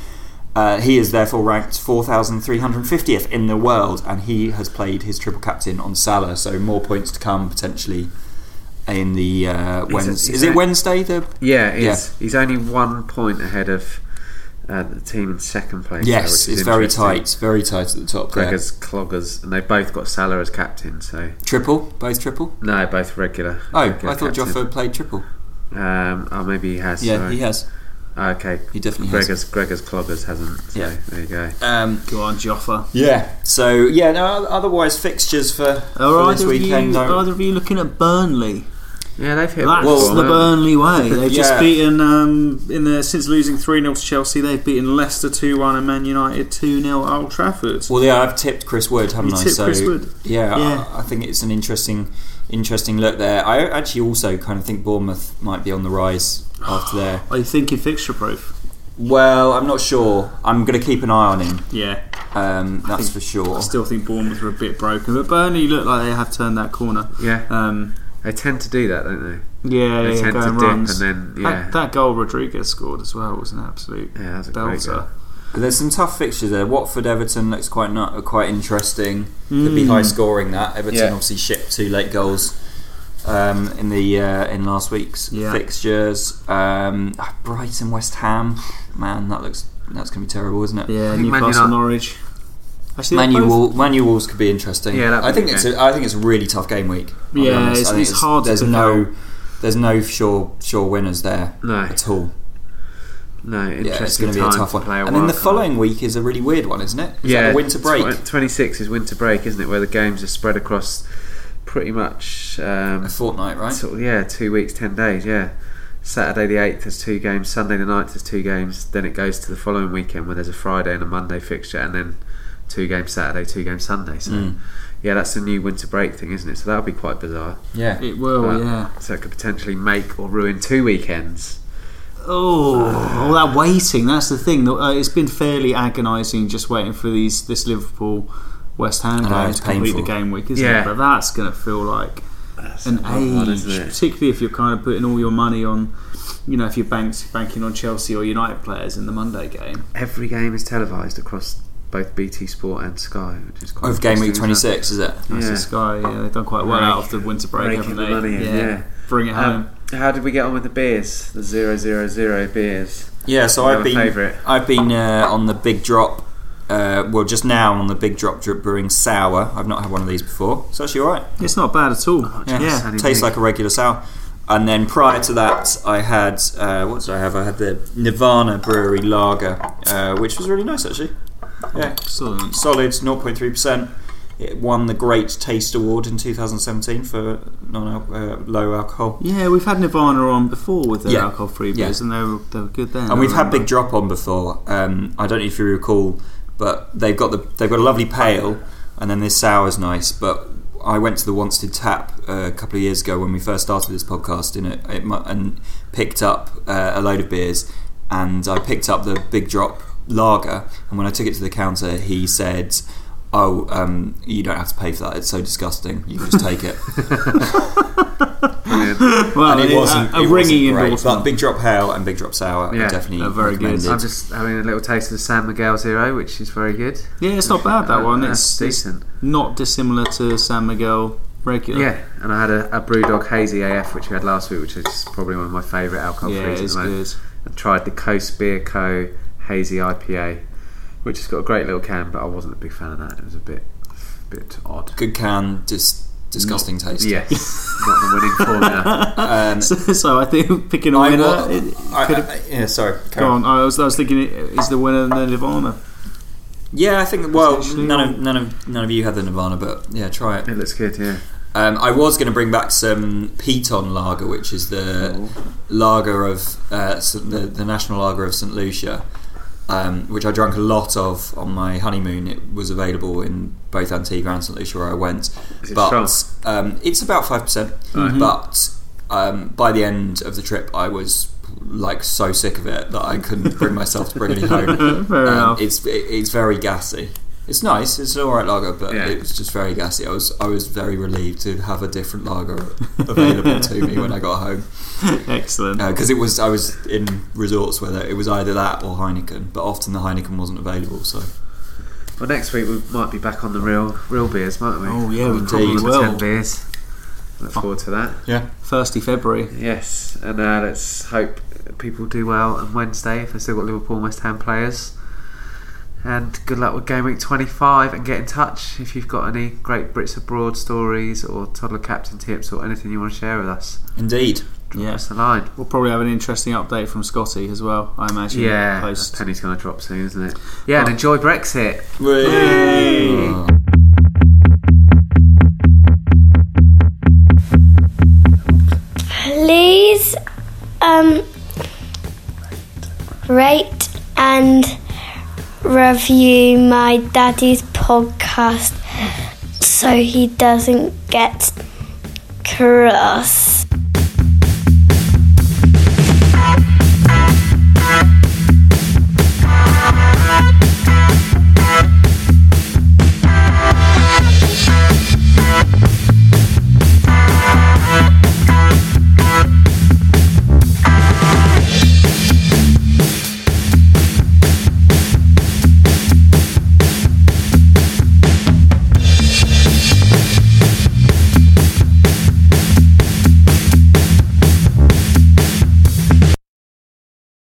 A: Uh, he is therefore ranked 4,350th in the world, and he has played his triple captain on Salah, so more points to come potentially in the uh, Wednesday. Is,
B: he's
A: it
B: a-
A: Wednesday? The
B: Yeah, he's, he's only one point ahead of uh, the team in second place. though,
A: yes,
B: which is
A: it's very
B: interesting.
A: tight, very tight at the top there.
B: Gregor's Cloggers, and they've both got Salah as captain. So
A: Triple, both triple.
B: no, both regular.
A: Oh,
B: regular
A: I thought
B: captain.
A: Joffa played triple.
B: Um, oh, maybe he has.
A: Yeah,
B: sorry.
A: he has.
B: Oh, okay,
A: He definitely has.
B: Gregor's Gregor's Cloggers hasn't. So
A: Yeah.
B: there you go.
A: Um,
C: Go on, Joffa.
A: Yeah. So yeah, no. Otherwise, fixtures for,
C: Are
A: for
C: either,
A: this
C: of
A: weekend.
C: you,
A: don't-
C: are either of you looking at Burnley?
B: Yeah, they've hit.
C: That's
A: Well,
C: the
B: Bournemouth.
A: [laughs]
C: Burnley way. They've
A: Yeah.
C: just beaten um, in the since losing three 0 to Chelsea. They've beaten Leicester two one and Man United two 0 at Old Trafford.
A: Well, yeah, I've tipped Chris Wood, haven't
C: You
A: I?
C: tipped
A: so
C: Chris Wood.
A: yeah,
C: Yeah.
A: I, I think it's an interesting, interesting look there. I actually also kind of think Bournemouth might be on the rise after
C: [sighs]
A: there.
C: Are you thinking fixture proof?
A: Oh. Well, I'm not sure. I'm going to keep an eye on him.
C: Yeah,
A: Um, that's
C: think-
A: for sure.
C: I still think Bournemouth are a bit broken, but Burnley look like they have turned that corner.
B: Yeah,
C: Um,
B: they tend to do that, don't
C: yeah,
B: they? They
C: yeah,
B: tend to
C: going
B: dip
C: runs.
B: and then yeah,
C: That, that goal Rodriguez scored as well was an absolute
B: yeah, that's a great
C: belter.
B: goal.
A: But there's some tough fixtures there. Watford, Everton looks quite not uh, quite interesting. Could be high scoring that. Everton
B: Yeah.
A: obviously shipped two late goals um, in the uh, in last week's
C: Yeah.
A: fixtures. Um, ah, Brighton, West Ham, man, that looks that's going to be terrible, isn't it?
C: Yeah,
B: think Man
C: Newcastle
B: United-
C: Norwich. Actually, they're
A: Manu
C: both-
A: Wol- Manu Wolves could be interesting.
B: Yeah, that'd
A: I
B: be
A: think
B: a
A: it's
B: game.
A: a, I think it's a really tough game week. I'll be
C: Yeah,
A: honest.
C: it's-
A: I think
C: it's hard to
A: There's
C: pick
A: no there's no sure sure winners there
B: No,
A: at all.
B: no,
A: Yeah, it's
B: interesting
A: going to be
B: time
A: a tough
B: to
A: one.
B: play a
A: And then the
B: wild card.
A: following week is a really weird one, isn't it? It's like a winter break.
B: tw- 26 is winter break, isn't it? Where the games are spread across pretty much, um,
A: a fortnight, right?
B: sort of, yeah, two weeks, 10 days, yeah. Saturday the 8th, there's two games. Sunday the 9th, there's two games. Then it goes to the following weekend where there's a Friday and a Monday fixture, and then two games Saturday, two games Sunday. So,
A: Hmm.
B: yeah, that's the new winter break thing, isn't it? So that'll be quite bizarre.
A: Oh, Yeah.
C: It will,
B: But-
C: yeah.
B: So it could potentially make or ruin two weekends.
C: Oh, all that waiting. That's the thing. Uh, it's been fairly agonising just waiting for these this Liverpool West Ham
A: I know,
C: game
A: it's
C: to complete the
A: painful.
C: game week, isn't
B: Yeah.
C: it? But that's going to feel like an
B: hard one,
C: age,
B: isn't it?
C: particularly if you're kind of putting all your money on, you know, if you're banks, banking on Chelsea or United players in the Monday game.
B: Every game is televised across both BT Sport and Sky, which is quite
A: Of game week
B: interesting, isn't it?
A: 26, is it?
C: That's
B: Yeah.
C: the Sky. Yeah, they've done quite well
B: Break-
C: out of the winter break,
B: breaking
C: haven't
B: the
C: they?
B: money in, yeah.
C: bring it home.
B: Um, how did we get on with the beers? The zero zero zero
A: [laughs]
B: beers.
A: Yeah, so
B: Do you
A: I've
B: have a
A: been
B: favourite?
A: I've been uh, on the Big Drop. Uh, well, just now on the Big Drop Drip Brewing Sour. I've not had one of these before. It's actually all right.
C: It's not bad at all.
A: Yeah,
C: yeah.
B: Sounding
A: tastes
B: big.
A: like a regular sour. And then prior to that, I had uh, what did I have? I had the Nirvana Brewery Lager, uh, which was really nice actually. Yeah,
C: Excellent.
A: solid, 0.3 percent. It won the Great Taste Award in 2017 for non uh, low alcohol.
C: Yeah, we've had Nirvana on before with their
A: Yeah.
C: alcohol-free
A: Yeah.
C: beers, and they were they were good then.
A: and
C: I
A: we've had
C: remember.
A: Big Drop on before. Um, I don't know if you recall, but they've got the they've got a lovely pale, and then this sour's nice. But I went to the Wanstead Tap uh, a couple of years ago when we first started this podcast, in it, it mu- and picked up uh, a load of beers, and I picked up the Big Drop Lager, and when I took it to the counter, he said. Oh, um, you don't have to pay for that. It's so disgusting. You can just take
C: [laughs]
A: it.
C: Well,
A: and it
C: it-
A: wasn't
C: a, a
A: it wasn't
C: ringing
A: great,
C: endorsement.
A: But Big Drop Hale and Big Drop Sour are
B: Yeah,
A: definitely
C: they're very good.
A: recommended.
B: I'm just having a little taste of the San Miguel Zero, which is very good.
C: Yeah, it's not bad that one. It's,
B: That's
C: it's
B: decent.
C: not dissimilar to San Miguel regular.
B: Yeah, and I had a, a Brewdog Hazy AF, which we had last week, which is probably one of my favourite alcohol
C: yeah,
B: frees at
C: it's
B: the moment. I
C: good.
B: tried the Coast Beer Co. Hazy IPA, which has got a great little can, but I wasn't a big fan of that. It was a bit, bit odd.
A: good can, just disgusting taste.
B: Yes,
A: [laughs]
B: not the winning
C: [laughs]
B: formula.
A: Um,
C: so, so I think picking a
A: I
C: winner.
A: wa-
C: it-
A: I-
C: could
A: I- yeah, sorry. carry
C: go
A: on.
C: on. I was, I was thinking, is the winner the Nirvana? [laughs]
A: Yeah, I think. Well,
C: Essentially,
A: none
C: or-
A: of none of none of you had the Nirvana, but yeah, try it.
B: It looks good, yeah.
A: Um, I was going to bring back some Peton Lager, which is the lager of uh, s- the, the national lager of St Lucia, um, which I drank a lot of on my honeymoon. It was available in both Antigua and St Lucia where I went,
B: Is it
A: but
B: strong?
A: um, it's about five percent.
B: Right.
A: But um, by the end of the trip, I was like so sick of it that I couldn't bring myself to bring any
B: [laughs]
A: home. Um,
C: Fair enough.
A: It's it, it's very gassy. It's nice. It's an alright lager, but
B: Yeah.
A: it was just very gassy. I was I was very relieved to have a different lager [laughs] available to me when I got home
C: Excellent.
A: because it was I was in resorts where it was either that or Heineken, but often the Heineken wasn't available. So
B: Well, next week we might be back on the real real beers, might we?
C: Oh, yeah, we
B: Probably
C: probably
B: the
C: will.
B: 10 beers. Look forward to that.
A: yeah,
C: Thirsty February.
B: Yes, and uh, let's hope people do well on Wednesday if they've still got Liverpool and West Ham players. And good luck with Game Week 25 and get in touch if you've got any great Brits Abroad stories or toddler captain tips or anything you want to share with us.
A: indeed.
C: Yeah.
B: That's the line.
C: We'll probably have an interesting update from Scotty as well, I imagine.
B: Yeah,
C: Post.
B: Penny's going to drop soon, isn't it? Yeah, and enjoy Brexit.
A: Whee!
I: Please um rate and review my daddy's podcast so he doesn't get cross.